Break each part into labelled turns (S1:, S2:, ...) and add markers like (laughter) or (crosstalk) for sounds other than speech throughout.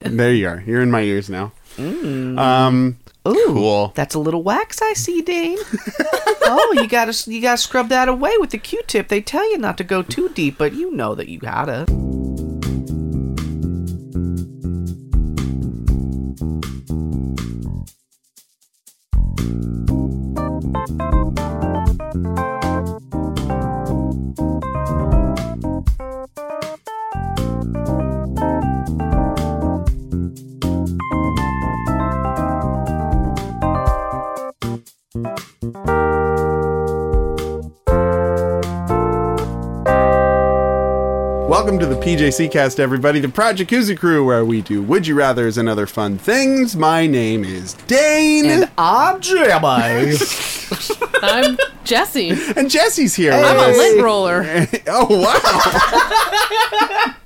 S1: there you are. You're in my ears now. Um,
S2: Mm. Ooh,
S1: Cool.
S2: That's a little wax I see, Dane. oh, you gotta you gotta scrub that away with the Q-tip. They tell you not to go too deep, but you know that you gotta.
S1: welcome to the PJC Cast, everybody, the Project Jacuzzi Crew, where we do Would You Rather's and other fun things. My name is Dane,
S2: And (laughs)
S1: and,
S2: I'm Jeremiah.
S3: I'm Jesse.
S1: Jesse's here.
S2: I'm
S3: I'm a
S1: with
S3: lint roller.
S1: us. (laughs) oh wow! (laughs)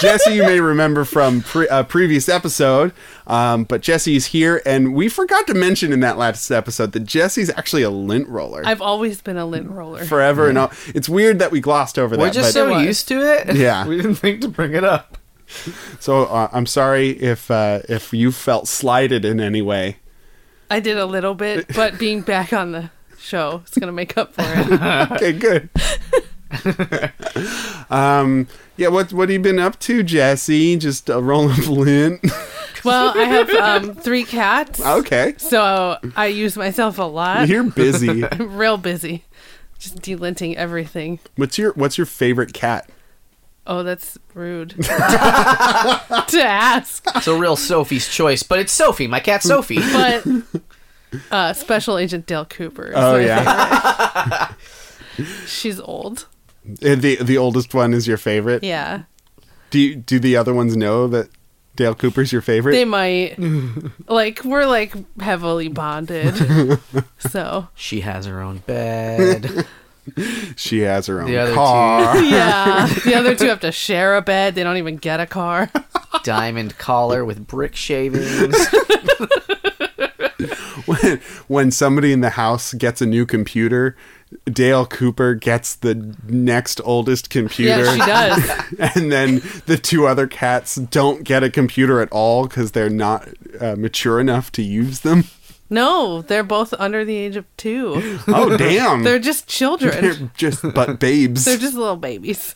S1: Jesse, you may remember from pre- a previous episode, um, but Jesse's here, and we forgot to mention in that last episode that Jesse's actually a lint roller.
S3: I've always been a lint roller.
S1: forever and all. It's weird that we glossed over
S2: We're
S1: that.
S2: just
S1: but-
S2: so used to it. (laughs)
S1: Yeah.
S2: we didn't think to bring it up.
S1: So uh, I'm sorry if uh, if you felt slighted in any
S3: (laughs)
S1: way.
S3: I did a little bit, but being back on the show is going to make up for
S1: (laughs)
S3: it.
S1: Okay,
S3: (laughs)
S1: good. um, yeah, what what have you been up to, Jesse? Just uh, a roll (laughs) of lint.
S3: Well, I have um, three cats, (laughs)
S1: okay,
S3: so I use myself a lot.
S1: you're busy.
S3: (laughs) I'm real busy, just delinting everything.
S1: What's your What's your favorite cat?
S3: Oh, that's rude
S1: (laughs)
S3: to ask,
S4: It's a real Sophie's choice, but it's Sophie, my
S2: (laughs)
S4: cat Sophie.
S3: but uh, Special Agent Dale Cooper. is
S1: Oh
S3: my
S1: yeah,
S3: favorite. she's old.
S1: Uh, the the oldest one is your favorite.
S3: Yeah,
S1: Do you, do the other ones know that Dale Cooper's your favorite?
S3: they might
S1: (laughs)
S3: like we're like heavily bonded, so.
S4: she has her own bed.
S1: she has her own
S4: The other two.
S1: car.
S3: Yeah. The other two have to share a bed. They don't even get a car. (laughs)
S4: Diamond collar with brick shavings.
S1: when, (laughs) when somebody in the house gets a new computer, Dale Cooper gets the next oldest computer.
S3: Yeah, she does.
S1: (laughs) and then the two other cats don't get a computer at all because they're not uh, mature enough to use
S3: (laughs)
S1: them.
S3: No, they're both under the age of two.
S1: Oh, damn.
S3: They're just children.
S1: (laughs) They're just but babes.
S3: They're just little babies.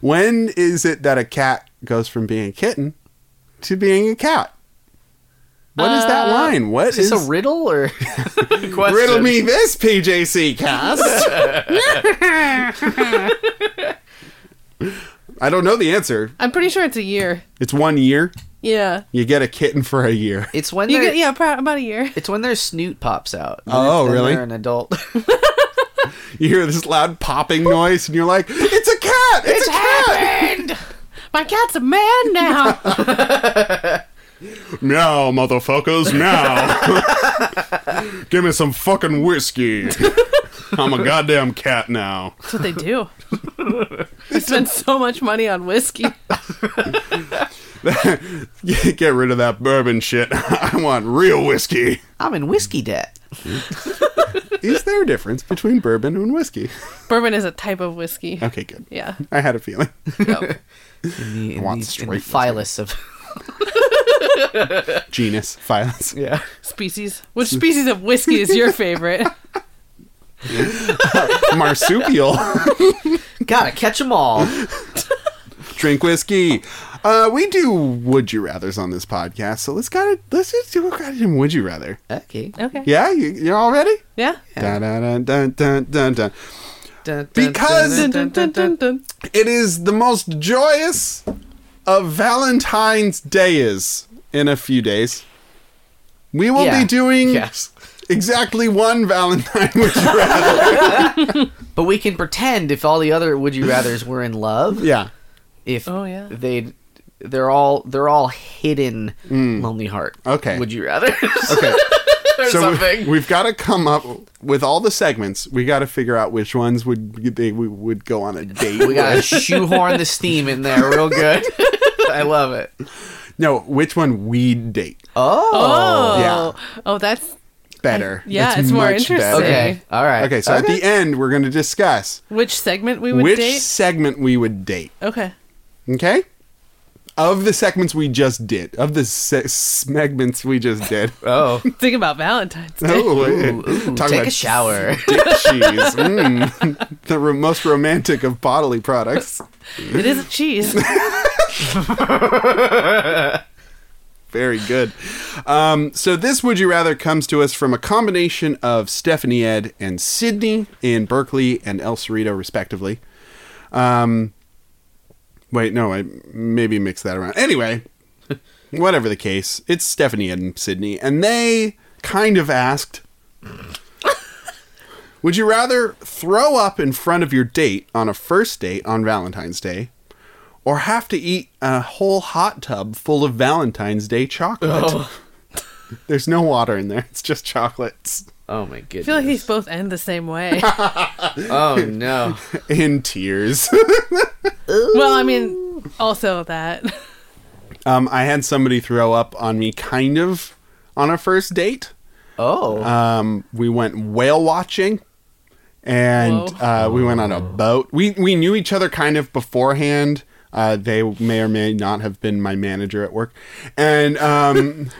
S1: when is it that a cat goes from being a kitten to being a cat? What is
S3: Uh,
S1: that line? What is,
S4: Is this a riddle or question?
S1: riddle me this PJC cast? I don't know the answer.
S3: I'm pretty sure it's a year.
S1: It's one year.
S3: Yeah.
S1: You get a kitten for a year.
S4: It's when
S3: You
S4: their
S3: get, yeah, pro- about a year.
S4: It's when their snoot pops out. Then
S1: Oh,
S4: it's- then
S1: really?
S4: They're an adult.
S2: (laughs)
S1: You hear this loud popping noise, and you're like, "It's a cat! It's, a cat!"
S3: My cat's a man now.
S1: Now, motherfuckers, (laughs) now! Give me some fucking whiskey. I'm a goddamn cat now.
S3: That's what they do. They spend so much money on whiskey.
S1: (laughs) Get rid of that bourbon shit. (laughs) I want real (laughs) whiskey.
S4: I'm in whiskey debt.
S1: Is there a difference between bourbon and whiskey?
S3: Bourbon is a type of whiskey.
S1: Okay, good.
S3: Yeah.
S1: I had a feeling.
S3: Yep.
S4: (laughs) In the, in
S1: want
S4: the- in the
S1: straight
S4: phylus of
S1: (laughs) Genus, violence.
S4: yeah.
S3: Species. Which species of whiskey is
S1: (laughs)
S3: your favorite?
S1: (laughs) Marsupial.
S4: (laughs)
S1: (laughs)
S4: Gotta catch 'em all.
S1: drink whiskey. Uh, we do would you rather's on this podcast, so let's got let's just do a goddamn would you rather.
S4: Okay.
S3: Okay.
S1: Yeah, you, you're all ready.
S3: Yeah.
S1: Dun, dun, dun, dun, dun, dun, dun.
S4: Dun, dun,
S1: Because-
S4: dun, dun, dun, dun, dun.
S1: It is the most joyous of Valentine's Day is in a few days. We will
S4: Yeah.
S1: be doing
S4: Yes.
S1: exactly one Valentine
S4: (laughs)
S1: would you rather.
S4: (laughs) But we can pretend if all the other would you rather's were in
S1: (laughs)
S4: love.
S1: yeah.
S4: if
S3: Oh, yeah.
S4: they they're all they're all hidden lonely heart
S1: Mm. Okay.
S4: would you rather
S1: (laughs) Okay.
S4: (laughs)
S1: so
S4: or
S1: we- (laughs)
S4: something
S1: we've got to come up with all the segments. We got to figure out which ones would they we would go
S4: (laughs)
S1: on a date.
S4: we gotta shoehorn the steam in there real good (laughs) i love it
S1: No, which one we'd date
S4: oh,
S3: Oh,
S1: Yeah.
S3: oh, that's
S1: better.
S3: yeah,
S1: That's
S3: it's more
S1: much
S3: interesting.
S1: better.
S4: okay
S3: Okay.
S4: all right
S1: Okay, so at the end, we're going to discuss
S3: which segment we would
S1: which
S3: date.
S1: segment we would date.
S3: Okay,
S1: Okay? of the segments we just did, of the se- segments we just
S4: (laughs)
S1: did.
S4: Oh,
S3: (laughs) Think about Valentine's Day.
S1: Oh, wait.
S4: ooh,
S1: Talk
S4: take
S1: about
S4: a shower.
S1: dick cheese. Mm. (laughs) the ro- most romantic of bodily products.
S3: It is a cheese.
S1: Very good. Um, so this would you rather comes to us from a combination of Stephanie Ed and Sydney in Berkeley and El Cerrito, respectively. Um, wait, no, I maybe mixed that around. Anyway, whatever the case, it's Stephanie Ed and Sydney, and they kind of asked. Would you rather throw up in front of your date on a first date on Valentine's Day or have to eat a whole hot tub full of Valentine's Day chocolate. (laughs) There's no water in there. It's just chocolates (laughs)
S4: Oh my goodness.
S3: I feel like these both end the same way. (laughs)
S4: oh
S1: (laughs)
S4: no.
S1: in tears. (laughs)
S3: well, I mean, also that. (laughs)
S1: um, I had somebody throw up on me kind of on a first date.
S4: Oh.
S1: Um, we went whale watching and
S3: Whoa.
S1: uh, we went on a boat. We, we knew each other kind of beforehand. Uh, they may or may not have been my manager at work. And. Um,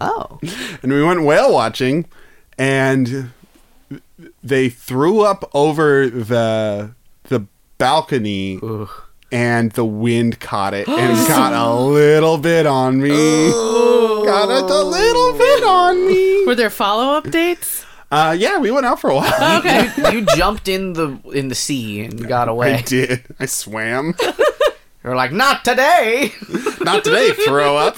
S4: oh.
S1: and we went whale watching and they threw up over the the balcony and the wind caught it
S3: (gasps)
S1: and got a little bit on me got it a little bit on me
S3: (laughs) Were there follow up dates?
S1: uh yeah we went out for a while
S3: Okay.
S4: You jumped in the in the sea and got
S1: i
S4: away.
S1: did i swam
S4: You're like, not today. (laughs)
S1: not today throw up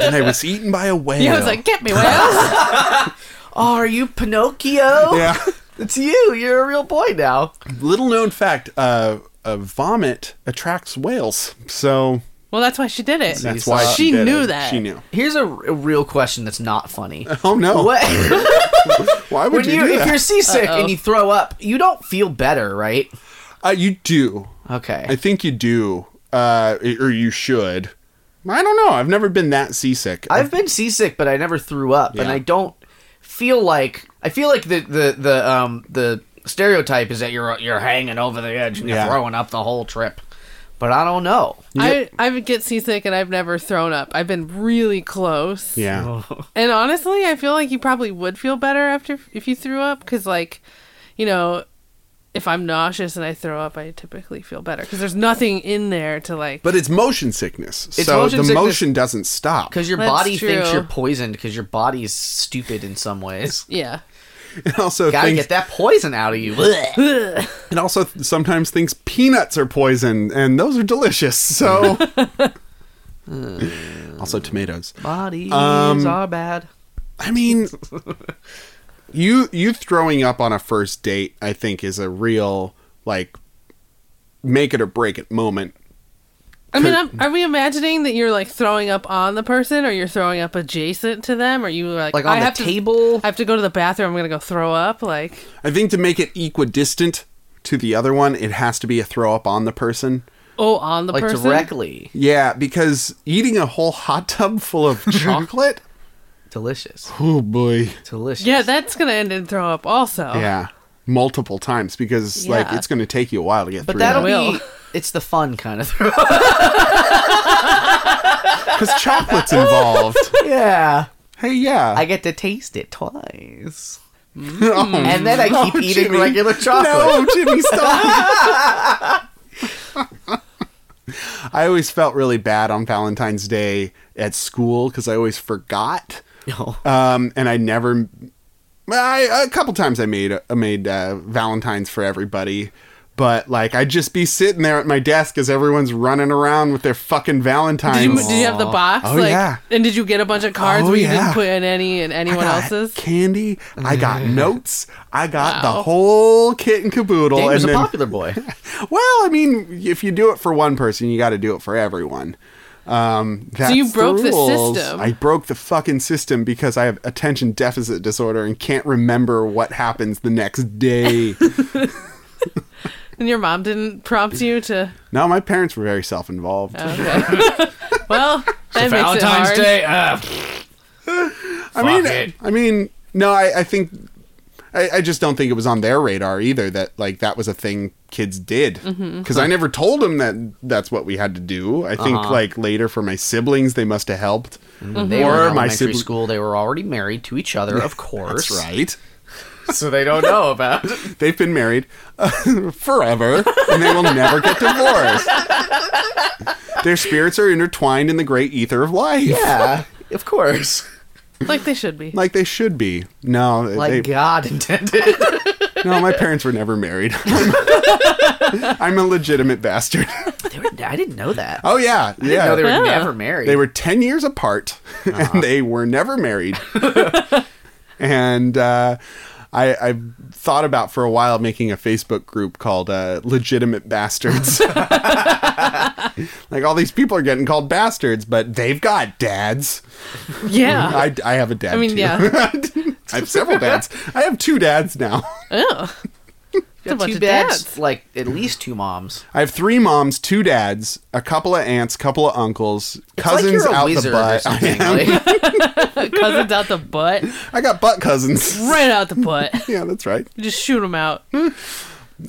S1: and i was eaten by a whale
S3: Yeah, I was like, get me whales.
S1: (laughs)
S4: Oh, are you Pinocchio?
S1: yeah
S4: It's you. You're a real boy now.
S1: little known fact uh, uh vomit attracts whales so
S3: well, that's why she did it.
S1: that's why
S4: saw-
S1: she,
S3: She
S1: did
S3: knew
S1: it.
S3: that.
S1: she knew
S4: Here's a, r- a real question that's not funny.
S1: oh no (laughs)
S4: What?
S1: Why would
S4: when
S1: you,
S4: you,
S1: do
S4: if
S1: that?
S4: you're seasick
S3: Uh-oh.
S4: and you throw up, you don't feel better, right?
S1: uh, you do.
S4: Okay.
S1: I think you do, uh, or you should. I don't know. I've never been that seasick.
S4: I've been seasick, but I never threw up, and
S1: Yeah.
S4: I don't feel like I feel like the the the um the stereotype is that you're you're hanging over the edge and
S1: Yeah.
S4: you're throwing up the whole trip, but I don't know.
S3: I, I would get seasick and I've never thrown up. I've been really close.
S1: yeah.
S3: And honestly, I feel like you probably would feel better after if you threw up because, like, you know, if I'm nauseous and I throw up, I typically feel better because there's nothing in there to like.
S1: But it's motion sickness, so
S4: motion
S1: the
S4: sickness.
S1: motion doesn't stop.
S4: Because your
S3: That's
S4: body thinks
S3: true.
S4: you're poisoned because your body is stupid in some
S1: (laughs)
S4: ways.
S3: yeah.
S1: It also
S4: Gotta
S1: thinks,
S4: get that poison out of you. Blech.
S3: Ugh.
S1: it also th- sometimes thinks peanuts are poison, and those are delicious. So, also tomatoes.
S4: Bodies
S1: Um,
S4: are bad.
S1: I mean, (laughs) you you throwing up on a first date, I think, is a real like make it or break it moment.
S3: I mean, I'm, are we imagining that you're like throwing up on the person, or you're throwing up adjacent to them, or you like,
S4: Like on
S3: I
S4: the
S3: have
S4: table.
S3: To, I have to go to the bathroom. I'm gonna go throw up. Like,
S1: I think to make it equidistant to the other one, it has to be a throw up on the person.
S3: oh, on the
S4: like
S3: person.
S4: directly
S1: Yeah, because eating a whole hot tub full (laughs) of chocolate.
S4: delicious,
S1: oh boy.
S4: delicious.
S3: Yeah, that's gonna end in throw up. Also.
S1: Yeah, multiple times because like
S3: Yeah.
S1: it's going to take you a while to get
S4: but
S1: through
S4: that'll
S1: that.
S3: Will.
S4: be. It's the fun kind of throw.
S1: (laughs) Because chocolate's involved.
S4: yeah.
S1: hey, (laughs) yeah.
S4: I get to taste it twice.
S1: Oh,
S4: (laughs) And then I keep eating
S1: Jimmy.
S4: regular chocolate.
S1: (laughs) No, Jimmy, stop. (laughs) I always felt really bad on Valentine's Day at school because I always forgot,
S4: No.
S1: um, and I never. I, a couple times I made I made uh, Valentines for everybody, but like I'd just be sitting there at my desk as everyone's running around with their fucking Valentines.
S3: Did you, did you have the box?
S1: Oh,
S3: like,
S1: yeah.
S3: And did you get a bunch of cards
S1: Oh,
S3: where you
S1: yeah.
S3: didn't put in any in anyone
S1: I got
S3: else's?
S1: candy. I
S3: (laughs)
S1: got notes. I got the whole kit and caboodle.
S4: Dave
S1: and
S4: was a
S1: then- (laughs)
S4: popular boy.
S1: Well, I mean, if you do it for one person, you got to do it for everyone. Um, that's
S3: you broke the
S1: rules.
S3: system.
S1: I broke the fucking system because I have attention deficit disorder and can't remember what happens the next
S3: (laughs)
S1: day.
S3: And your mom didn't prompt you to.
S1: no, my parents were very self-involved. (laughs)
S3: Okay. well, that makes it hard.
S5: Day. Uh,
S1: I mean,
S5: it.
S1: I mean, no, I, I think I, I just don't think it was on their radar either that like that was a thing kids did because
S3: Mm-hmm.
S1: I never told them that that's what we had to do. I
S3: Uh-huh.
S1: think like later for my siblings they must have helped,
S3: Mm-hmm.
S4: They were in elementary
S1: sibling-
S4: school. They were already married to each other, of
S1: (laughs)
S4: course.
S1: That's right.
S4: So they don't know about.
S1: They've been married uh, (laughs) forever, and they will never get divorced. Their spirits are intertwined in the great ether of life,
S4: yeah, of course.
S3: like they should be.
S1: like they should be. No,
S4: Like
S1: they,
S4: God intended.
S1: no, my parents were never married. (laughs) I'm a legitimate bastard.
S4: they were, I didn't know that.
S1: Oh yeah,
S4: I didn't
S1: yeah.
S4: know they were
S3: Yeah.
S4: never married. Uh-huh.
S1: They were 10 years apart (laughs) and they were never
S4: (laughs)
S1: married. and uh, I, I thought about for a while making a Facebook group called uh, Legitimate
S4: (laughs)
S1: Bastards. like all these people are getting called bastards, but they've got dads.
S4: Uh-huh.
S3: Yeah.
S1: (laughs) I, I have a dad.
S3: I mean,
S1: too.
S3: yeah.
S1: (laughs) I have several dads. I have two dads now.
S3: Oh. It's a
S4: Got
S3: bunch
S4: two
S3: of
S4: dads,
S3: dads.
S4: like at least two moms.
S1: I have three moms, two dads, a couple of aunts, couple of uncles,
S4: It's
S1: cousins
S4: like you're a
S1: out
S4: wizard
S1: the
S4: or
S1: butt. (laughs)
S4: something.
S1: I, am-
S4: like-
S3: Cousins out the
S1: (laughs)
S3: butt.
S1: I got butt cousins.
S3: Right out the butt.
S1: (laughs) Yeah, that's right.
S3: You just shoot them out.
S1: I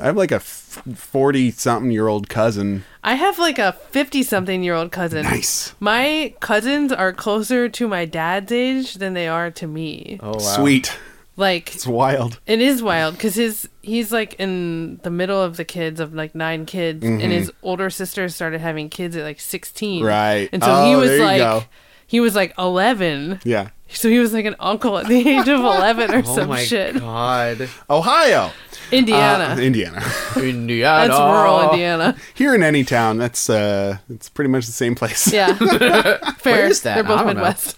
S1: have like a forty something year old cousin.
S3: I have like a 50 something year old cousin.
S1: Nice.
S3: My cousins are closer to my dad's age than they are to me.
S4: oh, wow.
S1: Sweet.
S3: Like
S1: It's wild.
S3: it is wild because his he's like in the middle of the kids of like nine kids, and his
S4: Mm-hmm.
S3: older sister started having kids at like 16.
S1: Right.
S3: and so he
S1: Oh,
S3: was
S1: there you
S3: like
S1: go.
S3: he was like 11.
S1: Yeah.
S3: So he was like an uncle at the
S4: (laughs)
S3: age of 11 or
S4: Oh
S3: some
S4: my
S3: shit. (laughs)
S4: god.
S1: Ohio.
S3: Indiana.
S1: Uh, Indiana. (laughs)
S4: Indiana.
S3: That's rural Indiana.
S1: Here in any town, that's uh it's pretty much the same place.
S3: Yeah. (laughs) Fair.
S4: (laughs) Where is that?
S3: They're
S4: I
S3: both
S4: don't know.
S3: Midwest.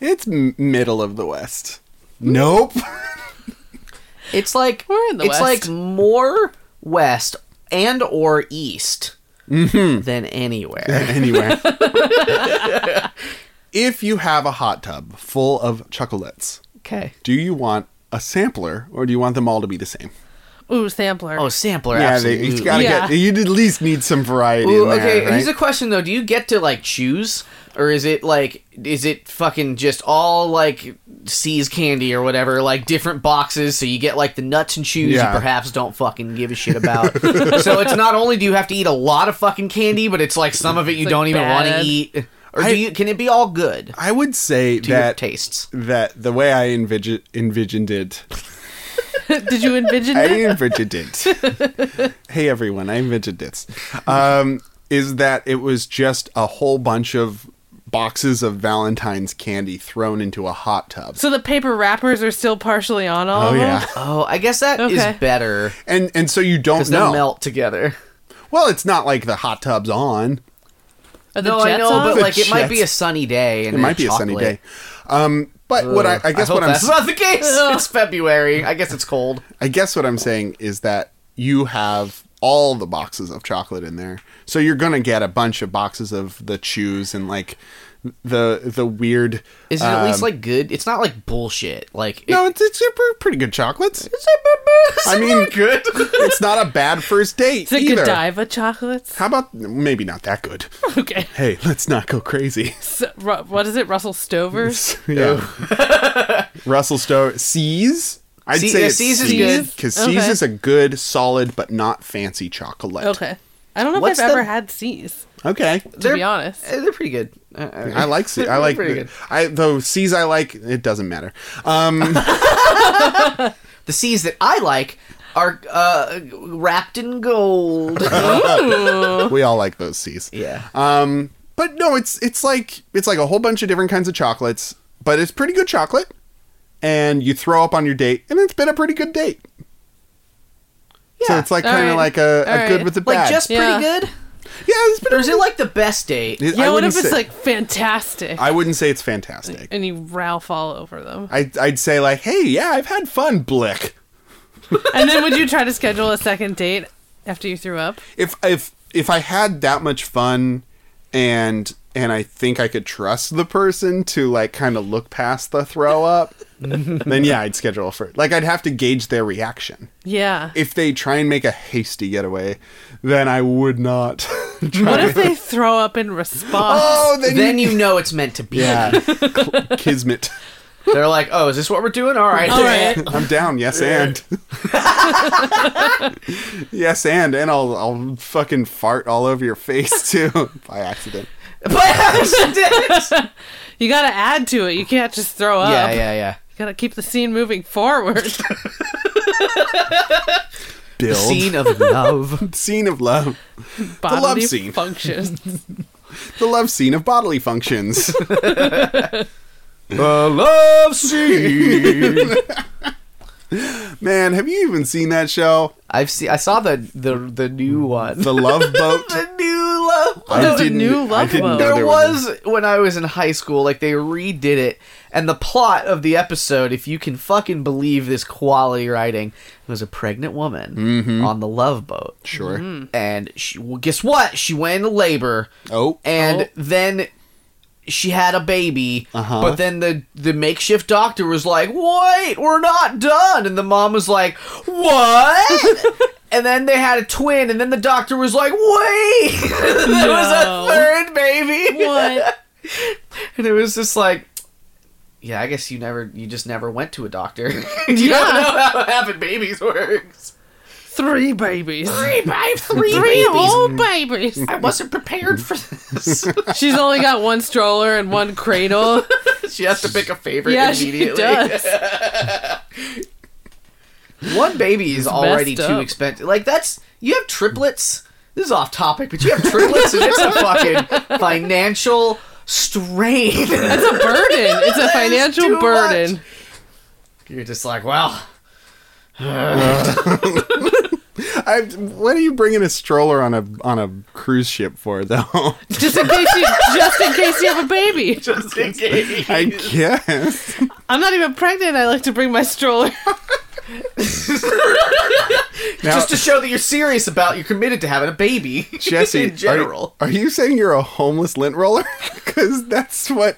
S1: It's m- middle of the west. Nope. (laughs)
S4: It's like
S3: We're in the
S4: it's like
S3: West.
S4: more west and or east
S1: Mm-hmm. (laughs)
S4: than anywhere.
S1: anyway. if you have a hot tub full of chocolates,
S4: Okay.
S1: do you want a sampler or do you want them all to be the same?
S3: Ooh, sampler.
S4: Oh, sampler.
S1: yeah, they,
S4: absolutely.
S1: you gotta
S3: Yeah.
S1: get you at least need some variety
S4: Ooh,
S1: in there.
S4: okay,
S1: right?
S4: here's a question though. Do you get to like choose, or is it like is it fucking just all like C's candy or whatever, like different boxes? So you get like the nuts and chews
S1: Yeah.
S4: you perhaps don't fucking give
S1: (laughs)
S4: a shit about. so it's not only do you have to eat a lot of fucking candy, but it's like some of it you
S3: like,
S4: don't even want to
S3: bad.
S4: eat. Or
S1: I-
S4: do you? Can it be all good
S1: I would say
S4: to your
S1: that
S4: tastes?
S1: that the way I envision, envisioned it,
S3: (laughs) Did you
S4: (laughs)
S3: envision
S1: I
S3: that?
S1: envisioned it. (laughs) hey everyone, I envisioned this. Um, is that it was just a whole bunch of boxes of Valentine's candy thrown into a hot tub,
S3: So the paper wrappers are still partially on all
S1: Oh,
S3: of them?
S1: yeah.
S4: Oh, I guess that is
S3: Okay.
S4: better
S1: and and so you don't
S4: because they'll
S1: know.
S4: melt together.
S1: Well, it's not like the hot tub's on.
S3: Are the
S4: No,
S3: jets
S4: I know,
S3: on?
S4: but
S1: The
S4: like it might be
S1: Jets.
S4: a sunny day, and
S1: It might be a sunny day. Um, but what I, I guess
S4: hope
S1: what I'm
S4: that's not
S1: (laughs)
S4: the case. it's February. I guess it's cold.
S1: I guess what I'm saying is that you have all the boxes of chocolate in there. So you're going to get a bunch of boxes of the chews and like the the weird
S4: Is it at least
S1: um,
S4: like good? It's not like bullshit. Like
S1: No, it's, it's super pretty good chocolates. I mean,
S4: (laughs)
S1: (laughs)
S4: good.
S1: it's not a bad first date
S3: Is it
S1: either.
S3: Godiva chocolates? (laughs)
S1: How about maybe not that good?
S3: Okay.
S1: Hey, let's not go crazy. (laughs)
S3: So, Ru- what is it? Russell Stover's?
S1: yeah. Russell Stowe C's. I'd
S4: See-
S1: say
S4: yeah,
S1: it's
S4: C's is
S3: good.
S1: because
S3: Okay.
S1: C's is a good, solid, but not fancy chocolate.
S3: Okay. I don't know
S4: What's
S3: if I've
S4: the-
S3: ever had C's,
S1: Okay.
S3: to be honest.
S4: they're pretty good. Uh, uh,
S1: I like C. I
S4: (laughs) They're
S1: like
S4: pretty
S1: the,
S4: good.
S1: I though C's I like. It doesn't matter. Um,
S4: Uh-huh. The C's that I like are uh, wrapped
S1: (laughs)
S4: in
S1: (laughs)
S4: gold.
S1: we all like those C's.
S4: yeah.
S1: Um, but no, it's it's like it's like a whole bunch of different kinds of chocolates, but it's pretty good chocolate. And you throw up on your date, and it's been a pretty good date. So
S4: Yeah.
S1: it's like
S3: All
S1: kind of
S3: right.
S1: like a,
S3: All
S1: a good
S3: right.
S1: with the bad.
S4: Like just
S3: Yeah.
S4: pretty good,
S1: yeah, it's been.
S4: or is it like the best date?
S1: It,
S3: Yeah,
S1: I
S3: what
S1: wouldn't
S3: if it's
S1: say-
S3: like fantastic
S1: I wouldn't say it's fantastic.
S3: and you Ralph all over them?
S1: I I'd say like, hey, yeah, I've had fun, Blick.
S3: and then would you try to schedule a second date after you threw up?
S1: if if if I had that much fun and and I think I could trust the person to like kind of look past the throw up, then yeah, I'd schedule for it. Like I'd have to gauge their reaction.
S3: Yeah.
S1: If they try and make a hasty getaway, then I would not. try.
S3: What if they throw up in response?
S1: oh, then,
S4: Then you know it's meant to be.
S1: yeah, Cl- kismet.
S4: (laughs) They're like, oh, is this what we're doing? All right. (laughs)
S3: All right.
S1: I'm down. Yes, and. (laughs) yes, and, and I'll I'll fucking fart all over your face too by accident.
S4: By accident.
S3: (laughs) You gotta add to it. You can't just throw up.
S4: yeah, yeah, yeah.
S3: You gotta keep the scene moving
S1: (laughs)
S3: forward.
S1: Build
S4: Scene of love.
S1: Scene of love,
S3: (laughs) Bodily
S1: love scene. (laughs)
S3: functions.
S1: the love scene of bodily functions.
S4: the love scene.
S1: Man, have you even seen that show,
S4: I've seen. I saw the the the new one.
S1: Mm,
S4: (laughs)
S1: The Love Boat?
S4: the new love.
S1: I
S3: No, the
S1: didn't- I
S3: new Love
S1: didn't know
S3: Boat.
S1: there,
S4: there
S1: was.
S4: was when I was in high school. Like they redid it, and the plot of the episode, if you can fucking believe this quality writing, it was a pregnant woman on the love boat, Mm-hmm.
S1: a- Mm-hmm. Sure.
S4: and she, well, guess what? She went into labor,
S1: Oh,
S4: and
S3: Oh.
S4: then she had a baby.
S1: Uh-huh.
S4: But then the the makeshift doctor was like, "Wait, we're not done," and the mom was like, (laughs) "What?" and then they had a twin, and then the doctor was like, "Wait, (laughs) there
S3: No.
S4: was a third baby,"
S3: what?
S4: (laughs) and it was just like. Yeah, I guess you never, you just never went to a doctor. (laughs) you don't know how having babies works.
S3: Three babies.
S4: Three, I have three,
S3: Three
S4: babies.
S3: old
S1: Mm.
S3: babies.
S4: I wasn't prepared for this. (laughs)
S3: She's only got one stroller and
S1: (laughs)
S3: one cradle.
S4: she has to pick a favorite
S3: yeah, she
S4: immediately.
S3: does.
S4: One baby is already
S3: messed
S4: too
S3: up.
S4: expensive. Like that's you have triplets. This is off topic, but you have triplets, and it's a fucking financial strain. (laughs)
S3: It's (laughs) a burden. It's a
S4: too
S3: financial
S4: much.
S3: burden.
S4: You're just like, well,
S1: I, what are you bringing a stroller on a on a cruise ship for though?
S3: Just in case you, just in case you have a baby.
S4: just in case.
S1: I guess.
S3: I'm not even pregnant. I like to bring my stroller.
S1: Now,
S4: (laughs) just to show that you're serious about, you're committed to having a baby. (laughs)
S1: Jesse,
S4: in general,
S1: Are, are you saying you're a homeless lint roller? (laughs) Because that's what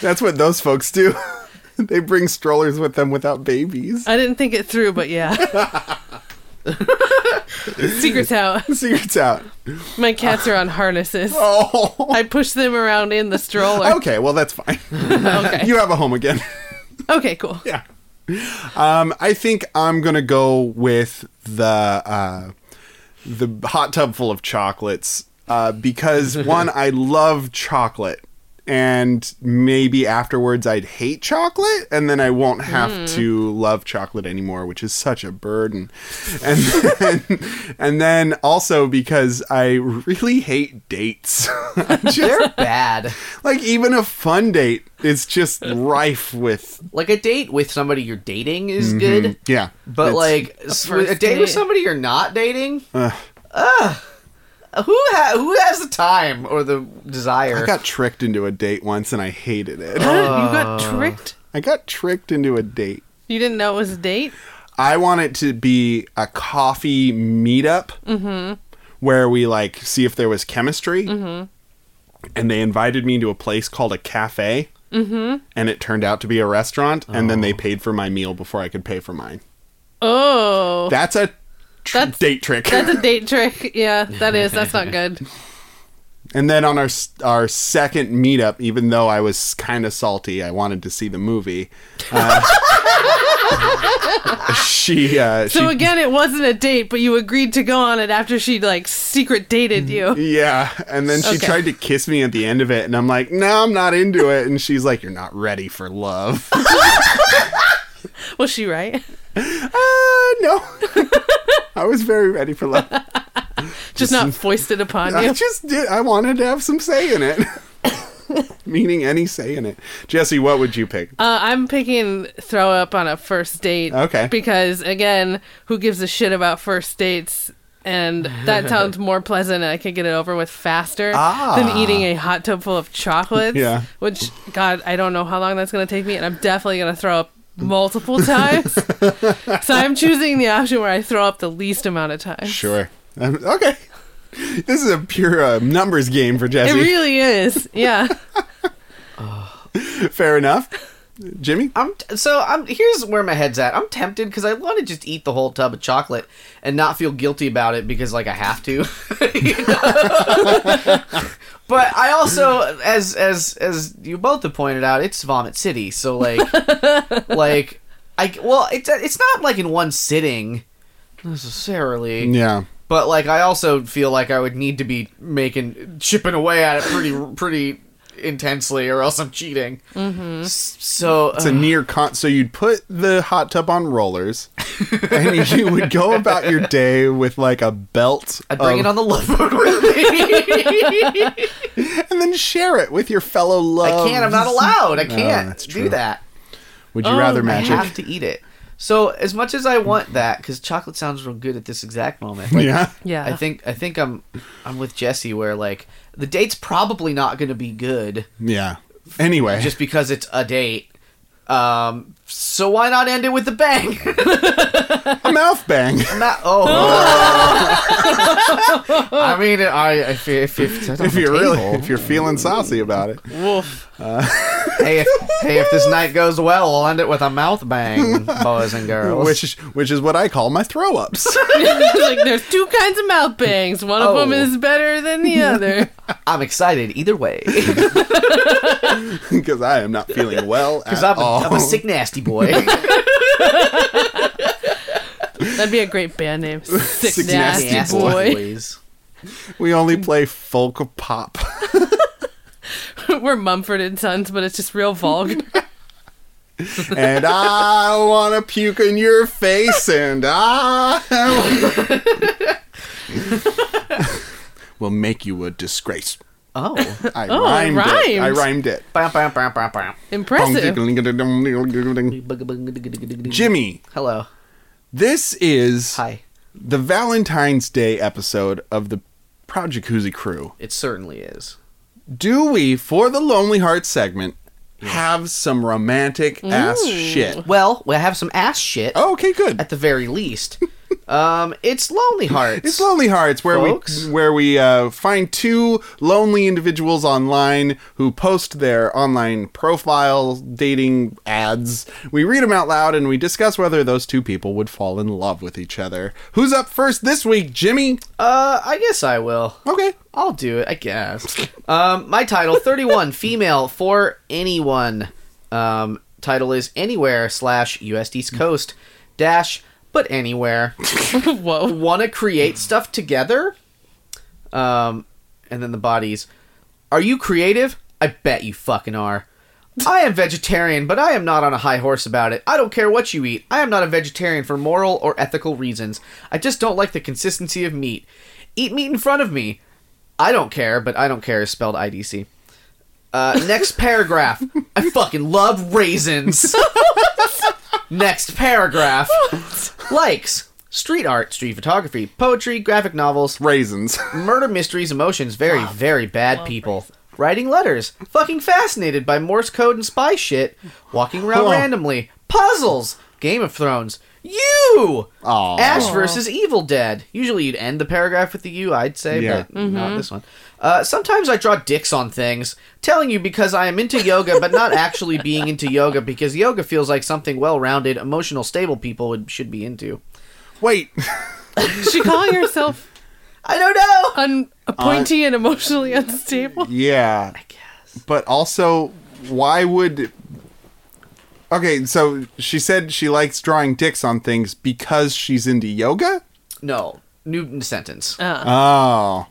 S1: that's what those folks do. (laughs) they bring strollers with them without babies.
S3: I didn't think it through, but (laughs) yeah. Secrets out.
S1: (laughs) Secrets out.
S3: My cats are on harnesses.
S1: Oh.
S3: I push them around in the stroller.
S1: Okay, well that's fine.
S3: (laughs) Okay.
S1: You have a home again.
S3: Okay, cool.
S1: (laughs) yeah. Um, I think I'm gonna go with the uh, the hot tub full of chocolates uh, because one, I love chocolate, and maybe afterwards I'd hate chocolate, and then I won't have to love chocolate anymore, which is such a burden. And then, (laughs) and then also because I really hate dates. (laughs) I just-
S4: (laughs) they're bad.
S1: like even a fun date is just rife with
S4: Like a date with somebody you're dating is good,
S1: yeah.
S4: but
S1: It's-
S4: like s- a,
S3: first
S4: date, with
S3: date.
S4: somebody you're not dating, ugh. Who ha- who has the time or the desire?
S1: I got tricked into a date once and I hated it.
S3: How did- you got tricked?
S1: I got tricked into a date.
S3: You didn't know it was a date?
S1: I want it to be a coffee meetup
S3: Mm-hmm.
S1: where we like see if there was chemistry. And they invited me to a place called a cafe.
S3: Mm-hmm.
S1: And it turned out to be a restaurant. And then they paid for my meal before I could pay for mine.
S3: Oh.
S1: That's a tr-
S3: That's-
S1: date trick.
S3: That's a date trick. Yeah, that is. That's not good.
S1: And then on our s- our second meetup, even though I was kind of salty, I wanted to see the movie. Uh, (laughs) she uh,
S3: So
S1: she
S3: again, it wasn't a date, but you agreed to go on it after she like secret dated you.
S1: yeah, and then she
S3: Okay.
S1: tried to kiss me at the end of it, and I'm like, no, I'm not into it. And she's like, you're not ready for love. (laughs) uh,
S3: Was she right? (laughs)
S1: Uh, no, I was very ready for
S3: (laughs)
S1: love.
S3: Just not foisted
S1: (laughs)
S3: upon
S1: I
S3: you.
S1: just did. I wanted to have some say in it. (coughs) Meaning any say in it. Jesse, what would you pick?
S3: Uh, I'm picking throw up on a first date.
S1: Okay.
S3: Because again, who gives a shit about first dates? And
S1: (laughs)
S3: that sounds more pleasant, and I can get it over with faster
S1: Ah.
S3: than eating a hot tub full of chocolates.
S1: Yeah.
S3: Which, God, I don't know how long that's going to take me, and I'm definitely going to throw up multiple
S1: (laughs)
S3: times. so I'm choosing the option where I throw up the least amount of times.
S1: Sure. Um, okay. This is a pure uh, numbers game for Jesse.
S3: It really is. Yeah.
S1: (laughs) Fair enough. Jimmy?
S4: I'm t- so I'm here's where my head's at. I'm tempted because I want to just eat the whole tub of chocolate and not feel guilty about it because like I have to. (laughs) You know? (laughs) but I also, as as as you both have pointed out, it's Vomit City. So like, like I well, it's it's not like in one sitting necessarily.
S1: Yeah.
S4: But like, I also feel like I would need to be making chipping away at it pretty pretty intensely, or else I'm cheating. Mm-hmm. So
S1: It's a near con. So you'd put the hot tub on rollers, and (laughs) you would go about your day with like a belt.
S4: I'd bring
S1: of-
S4: it on the love boat with me.
S1: (laughs) and then share it with your fellow
S4: I
S1: love.
S4: can't. I'm not Oh, allowed. I
S1: Um, that's
S4: can't
S1: true.
S4: do that.
S1: Would you rather magic?
S4: I have to eat it. So as much as I want that, because chocolate sounds real good at this exact moment. like,
S1: Yeah.
S3: Yeah.
S4: I think I think I'm I'm with Jesse where like the date's probably not going to be good
S1: Yeah. Anyway,
S4: just because it's a date. Um, so why not end it with a bang? (laughs)
S1: a mouth (laughs) bang.
S4: Not- oh, I mean, I if if, if, it's on
S1: if
S4: the
S1: you're really,
S4: table.
S1: if you're feeling saucy about it,
S4: Uh, (laughs) hey, if, hey, if this night goes well, we'll end it with a mouth
S1: (laughs)
S4: bang, boys and girls.
S1: which is, which is what I call my throw (laughs) ups.
S3: (laughs) like there's two kinds of mouth bangs. One of them
S4: Oh.
S3: is better than the other.
S4: I'm excited
S1: (laughs)
S4: either way because
S1: because I am not feeling
S4: (laughs)
S1: well at
S4: I'm, a-
S1: all.
S4: I'm a sick nasty boy.
S3: That'd be a great band name. Sick,
S1: Sick (laughs)
S3: nasty,
S1: Nasty
S3: boy.
S4: boys.
S1: we only
S3: Mm.
S1: play folk pop.
S3: (laughs) We're Mumford and Sons, but it's just real vulgar.
S1: and I want to puke in your face, and I (laughs) will make you a disgrace.
S4: Oh,
S1: I
S3: Oh, it
S1: rhymed, it. I
S3: rhymed.
S1: rhymed it.
S4: bam, bam, bam, bam, bam.
S3: Impressive.
S1: Jimmy,
S4: Hello.
S1: this is
S4: Hi.
S1: the Valentine's Day episode of the Proud Jacuzzi Crew.
S4: It certainly is.
S1: Do we, for the Lonely Heart segment, have some romantic ass shit?
S4: Well, we have some ass shit
S1: Oh, okay, good.
S4: at the very least. Um, it's Lonely Hearts.
S1: It's Lonely Hearts, where
S4: Folks?
S1: we where we uh, find two lonely individuals online who post their online profile dating ads. We read them out loud and we discuss whether those two people would fall in love with each other. Who's up first this week, Jimmy?
S4: uh, I guess I will.
S1: Okay,
S4: I'll do it, I guess. Um, my title, 31, female for anyone. Um, title is anywhere slash US East Coast dash, but anywhere.
S3: (laughs) Whoa.
S4: Want to create stuff together? Um, and then the bodies. Are you creative? I bet you fucking are. I am vegetarian, but I am not on a high horse about it. I don't care what you eat. I am not a vegetarian for moral or ethical reasons. I just don't like the consistency of meat. Eat meat in front of me. I don't care, but I don't care is spelled IDC. Uh, next paragraph. I fucking love raisins. next paragraph. Likes. Street art, street photography, poetry, graphic novels,
S1: raisins. (laughs)
S4: murder mysteries, emotions, very, very bad people. Writing letters, fucking fascinated by Morse code and spy shit, walking around
S1: Whoa.
S4: randomly, puzzles, Game of Thrones, you,
S1: Aw.
S4: Ash versus Evil Dead. Usually you'd end the paragraph with the you, I'd say,
S1: Yeah.
S4: but not this one. Uh, sometimes I draw dicks on things, telling you because I am into yoga, but not actually being into yoga because yoga feels like something well-rounded, emotional, stable people would, should be into.
S1: Wait,
S3: Is she calling herself
S4: I don't know.
S3: un- pointy and emotionally unstable?
S1: (laughs) yeah, I guess. But also, why would? Okay, so she said she likes drawing dicks on things because she's into yoga.
S4: No, new sentence.
S3: Uh,
S1: Oh.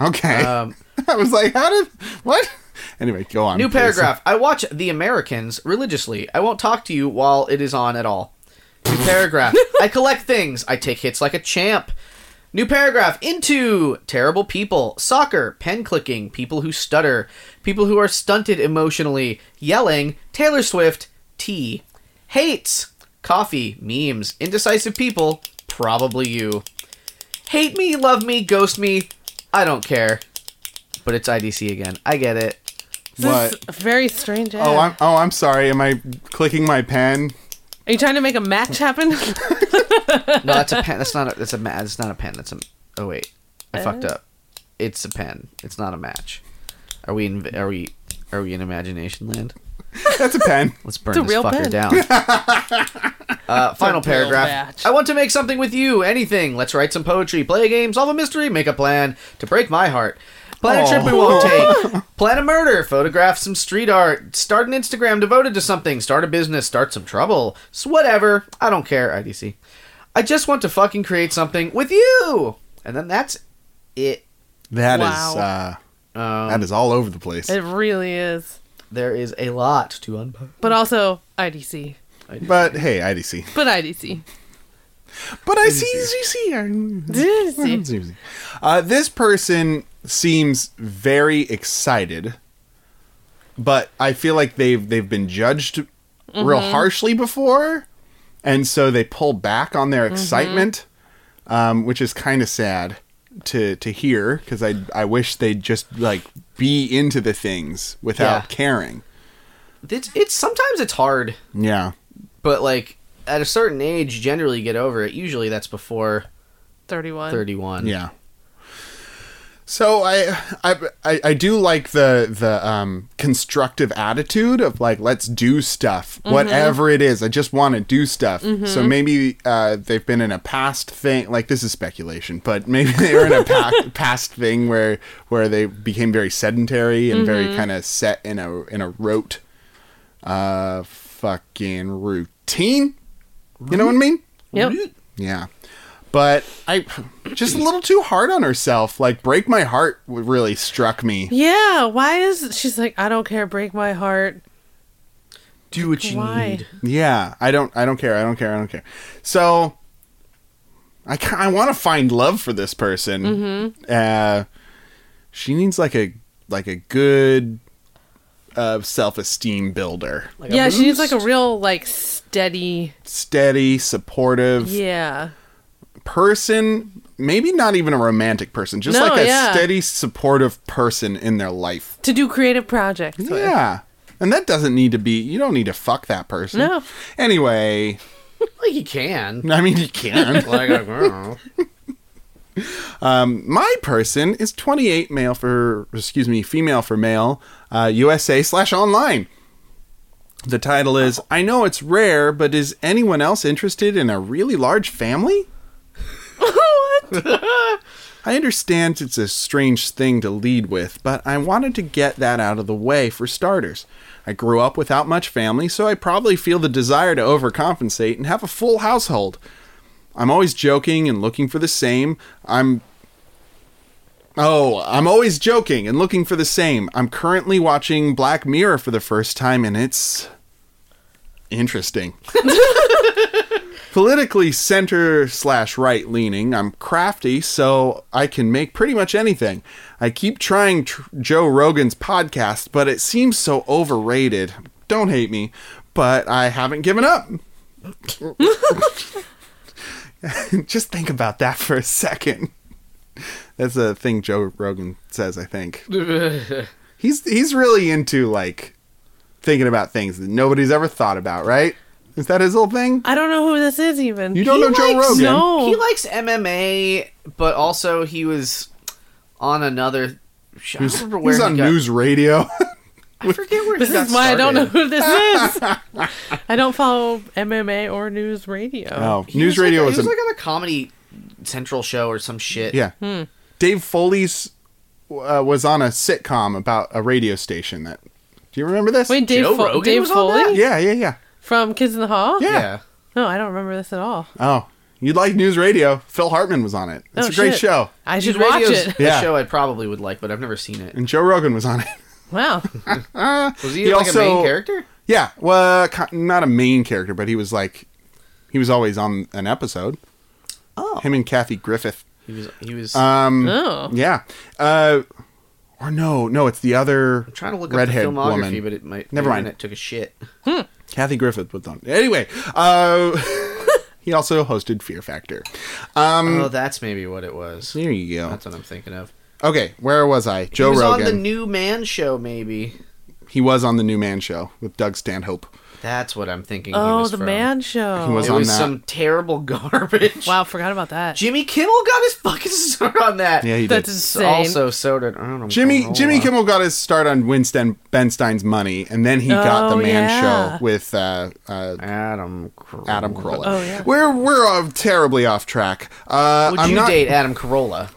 S1: Okay.
S4: Um,
S1: (laughs) I was like, how did what? Anyway, go on.
S4: New
S1: please.
S4: paragraph. I watch The Americans religiously. I won't talk to you while it is on at all. New paragraph. I collect things. I take hits like a champ. New paragraph. Into terrible people. Soccer. Pen clicking. People who stutter. People who are stunted emotionally. Yelling. Taylor Swift. Tea. Hates. Coffee. Memes. Indecisive people. Probably you. Hate me. Love me. Ghost me. I don't care. But it's IDC again. I get it.
S3: this is
S1: What?
S3: a very strange. Ad.
S1: Oh, I'm oh, I'm sorry. Am I clicking my pen? (laughs)
S3: Are you trying to make a match happen? (laughs)
S4: No, that's a pen. That's not a. That's a. ma- That's not a pen. That's a. Oh wait, I fucked up. It's a pen. It's not a match. Are we in? Are we? Are we in imagination land?
S1: That's a pen.
S4: Let's burn
S3: It's a
S4: this
S3: real
S4: fucker
S3: pen.
S4: down.
S3: (laughs)
S4: uh, final
S3: It's a real
S4: paragraph.
S3: match.
S4: I want to make something with you. Anything. Let's write some poetry, play a game, solve a mystery, make a plan to break my heart. Plan a trip we won't
S3: (laughs)
S4: take. Plan a murder. Photograph some street art. Start an Instagram devoted to something. Start a business. Start some trouble. It's whatever. I don't care. IDC. I just want to fucking create something with you. And then that's it.
S1: That is
S3: Wow.
S1: uh,
S4: Um,
S1: that is all over the place.
S3: It really is.
S4: there is a lot to unpack.
S3: But also IDC.
S1: But hey, IDC.
S3: But IDC.
S1: But I see ZC. (laughs)
S3: IDC.
S1: Uh, this person seems very excited, but I feel like they've they've been judged real harshly before, and so they pull back on their excitement, um, which is kind of sad to to hear because I I wish they'd just like be into the things without
S4: Yeah.
S1: caring.
S4: It's, it's sometimes it's hard.
S1: Yeah.
S4: but like at a certain age you generally get over it usually that's before
S3: 31.
S4: 31
S1: Yeah. So I, I I I do like the the um constructive attitude of like let's do stuff whatever it is I just want to do stuff so maybe uh, they've been in a past thing like this is speculation but maybe they were in a pa- past thing where where they became very sedentary and very kind of set in a in a rote uh fucking routine you know what I mean
S3: Yep.
S1: yeah. But I just a little too hard on herself. Like break my heart w- really struck me.
S3: Yeah. Why is she's like, I don't care, break my heart.
S4: do what you
S3: Why?
S4: need
S1: Yeah, I don't I don't care. I don't care. I don't care. So I ca- I want to find love for this person.
S3: Mm-hmm.
S1: Uh she needs like a like a good uh self-esteem builder.
S4: like
S3: yeah,
S4: a
S3: she needs like a
S4: boost.
S3: real like steady
S1: Steady, supportive
S3: Yeah.
S1: person, maybe not even a romantic person, just
S3: No,
S1: like a
S3: yeah.
S1: steady supportive person in their life.
S3: To do creative projects. with.
S1: Yeah. And that doesn't need to be, you don't need to fuck that person.
S3: No.
S1: Anyway,
S4: like
S1: (laughs)
S4: you can
S1: I mean, you can.
S4: like I don't know.
S1: um, my person is 28 male for, excuse me, female for male, uh, USA slash online. The title is I Know It's Rare, but is anyone else interested in a really large family? I understand it's a strange thing to lead with, but I wanted to get that out of the way for starters. I grew up without much family, so I probably feel the desire to overcompensate and have a full household. I'm always joking and looking for the same. I'm. Oh, I'm always joking and looking for the same. I'm currently watching Black Mirror for the first time, and it's. interesting. Politically center slash right leaning, I'm crafty, so I can make pretty much anything. I keep trying tr- Joe Rogan's podcast, but it seems so overrated. Don't hate me, but I haven't given up. (laughs) Just think about that for a second. That's a thing Joe Rogan says, I
S4: (laughs)
S1: think. he's he's really into like thinking about things that nobody's ever thought about, right? Is that his whole thing?
S3: I don't know who this is even.
S1: You don't know Joe
S4: likes-
S1: Rogan.
S3: No.
S4: he likes MMA but also he was on another I don't remember (laughs) where
S1: He's
S4: he
S1: on
S4: got-
S1: news
S4: (laughs)
S1: radio. (laughs)
S4: I forget where
S3: (laughs) this
S4: he got
S3: is why I don't know
S4: started.
S3: who this is.
S4: (laughs)
S3: I don't follow MMA or news radio.
S1: oh,
S4: He
S1: (laughs) news
S4: was
S1: radio
S4: like,
S1: was,
S4: he was
S1: a,
S4: like on a comedy central show or some shit
S1: yeah. Dave Foley's uh, was on a sitcom about a radio station. That do you remember this?
S3: Wait, Dave,
S4: Joe
S3: Fo-
S4: Rogan
S3: Dave
S4: was on
S3: Foley
S4: that?
S1: yeah, yeah, yeah,
S3: from Kids in the Hall?
S1: yeah,
S4: yeah
S3: No, I don't remember this at all.
S1: Oh, you like news radio? Phil Hartman was on it. It's
S3: Oh,
S1: a great
S3: shit.
S1: show,
S3: I should
S4: Dude,
S3: watch
S4: radio's
S3: it. (laughs)
S4: a
S1: Yeah.
S4: show I probably would like but I've never seen
S1: (laughs)
S4: it
S1: and Joe Rogan was on it.
S4: (laughs)
S3: Wow.
S4: was he,
S1: He
S4: like a
S1: also-
S4: main character
S1: yeah, well, ki- not a main character, but he was like, he was always on an episode.
S4: Oh.
S1: him and Kathy Griffith.
S4: he was he was
S1: Um,
S3: Oh.
S1: yeah, uh, or no, no, it's the other
S4: I'm trying to look up the
S1: redhead
S4: filmography
S1: woman.
S4: but it might
S1: Never
S4: the
S1: mind.
S4: internet took a shit
S1: Kathy Griffith was on. Anyway, uh, (laughs) he also hosted Fear Factor. Um,
S4: Oh, that's maybe what it was.
S1: there you go.
S4: That's what I'm thinking of.
S1: Okay, where was I? Joe
S4: he was
S1: Rogan.
S4: on the New Man Show, maybe.
S1: He was on the New Man Show with Doug Stanhope.
S4: That's what I'm thinking. he
S3: Oh,
S4: was
S3: the
S4: from.
S3: man show.
S1: He was
S4: It
S1: on
S4: was
S1: that.
S4: some terrible (laughs) garbage.
S3: wow, forgot about that.
S4: Jimmy Kimmel got his fucking (laughs) start on that.
S1: Yeah, he
S3: That's
S1: did.
S3: insane.
S4: Also, so did I don't know.
S1: Jimmy
S4: Oh,
S1: Jimmy
S4: wow.
S1: Kimmel got his start on Winston Ben Stein's Money, and then he got the
S3: Oh,
S1: Man
S3: yeah.
S1: Show with uh, uh,
S4: Adam. Carolla.
S1: Adam Carolla.
S3: Oh, yeah.
S1: We're we're uh, terribly off track. Uh,
S4: Would
S1: I'm
S4: you
S1: not.
S4: date Adam Carolla?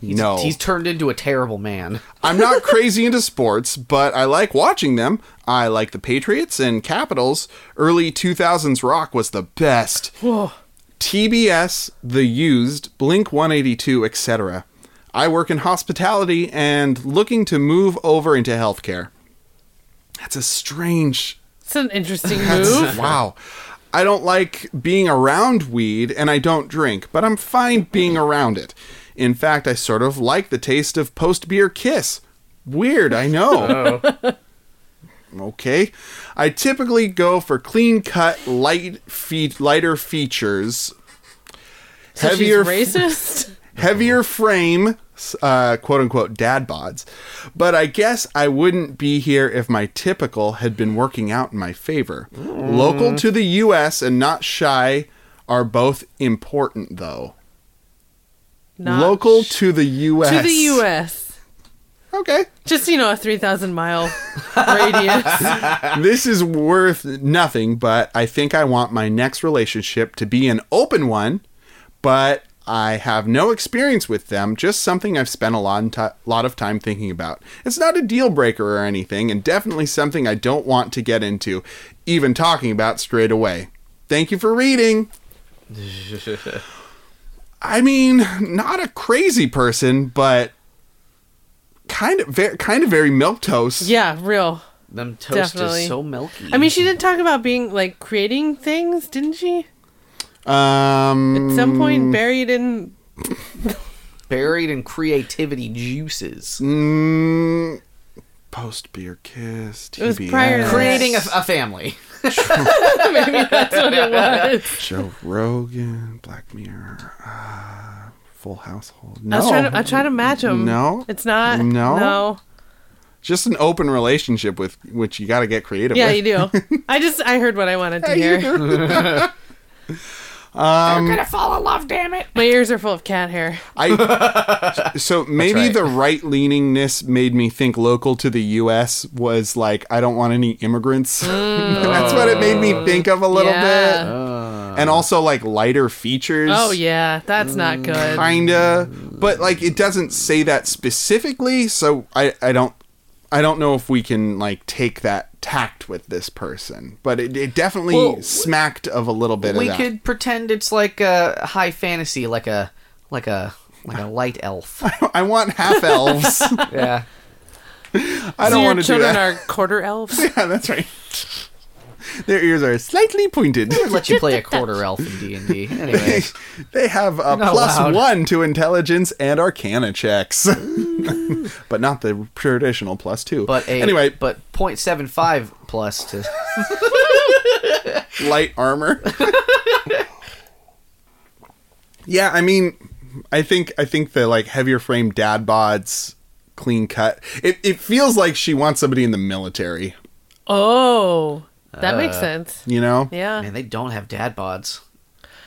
S4: He's,
S1: no,
S4: He's turned into a terrible
S3: (laughs)
S4: man.
S1: I'm not crazy into sports, but I like watching them. I like the Patriots and Capitals. Early 2000s rock was the best.
S3: Whoa.
S1: TBS, The Used, Blink 182, etc. I work in hospitality and looking to move over into healthcare. That's a strange.
S3: It's an
S4: (laughs)
S3: interesting move.
S1: (laughs) wow. I don't like being around weed and I don't drink, but I'm fine being around it. In fact, I sort of like the taste of post beer kiss. Weird, I
S3: (laughs)
S1: know.
S3: Oh.
S1: okay. I typically go for clean cut, light feet, lighter features,
S3: So she's
S1: heavier
S4: (laughs)
S3: racist.
S1: heavier frame, s- uh, quote unquote, dad bods. But I guess I wouldn't be here if my typical had been working out in my favor. Local to the U.S. and not shy are both important, though.
S3: Not
S1: Local to the U.S.
S3: to the U.S.
S1: Okay.
S3: Just you know, a three thousand mile
S1: (laughs)
S3: radius.
S1: this is worth nothing, but I think I want my next relationship to be an open one, but I have no experience with them, just something I've spent a lot, ti- lot of time thinking about. It's not a deal breaker or anything, and definitely something I don't want to get into, even talking about straight away. Thank you for reading. I mean, not a crazy person, but kind of very, kind of very milk toast.
S3: yeah, real.
S4: Them toast
S3: Definitely.
S4: is so milky.
S3: I mean, she did talk about being like creating things, didn't she?
S1: Um,
S3: At some point, buried in.
S4: buried in creativity juices,
S1: Mm, post beer kiss. TBS.
S3: It was prior to-
S4: creating a, a family.
S3: Maybe that's what it was.
S1: Joe Rogan, Black Mirror, uh, Full Household. No,
S3: I was trying to. I try to match them.
S1: No.
S3: it's not.
S1: No.
S3: no.
S1: just an open relationship with which you got to get creative.
S3: Yeah,
S1: with.
S3: you do. I just I heard what I wanted to hear.
S4: (laughs) They're gonna fall in love, damn it.
S3: My ears are full of cat hair.
S1: I so maybe
S4: right.
S1: the right leaningness made me think local to the U.S. was like I don't want any immigrants. (laughs) That's what it made me think of a little
S3: Mm. Yeah.
S1: bit, and also like lighter features.
S3: Oh yeah, that's not good.
S1: kinda but like it doesn't say that specifically so i i don't i don't know if we can like take that tact with this person but it, it definitely
S4: Well,
S1: smacked of a little bit
S4: We
S1: of that
S4: could pretend it's like a high fantasy, like a like a like a light elf.
S1: (laughs) i want half
S4: (laughs)
S1: elves
S4: yeah.
S1: (laughs) i
S3: so
S1: don't
S3: your
S1: want to do
S3: children
S1: that
S3: are quarter elves.
S1: (laughs) yeah that's right their ears are slightly
S4: (laughs)
S1: pointed (laughs)
S4: Let you play a quarter elf in D and D. Anyway,
S1: they have a
S4: Not
S1: plus
S4: allowed.
S1: one to intelligence and arcana checks (laughs) but not the traditional plus two
S4: but a,
S1: anyway
S4: but 0.75 plus to
S1: light armor. yeah, I mean, I think I think the like heavier frame dad bods, clean cut. It it feels like she wants somebody in the military.
S3: Oh, that makes sense.
S1: You know?
S3: Yeah.
S4: man. They don't have dad bods.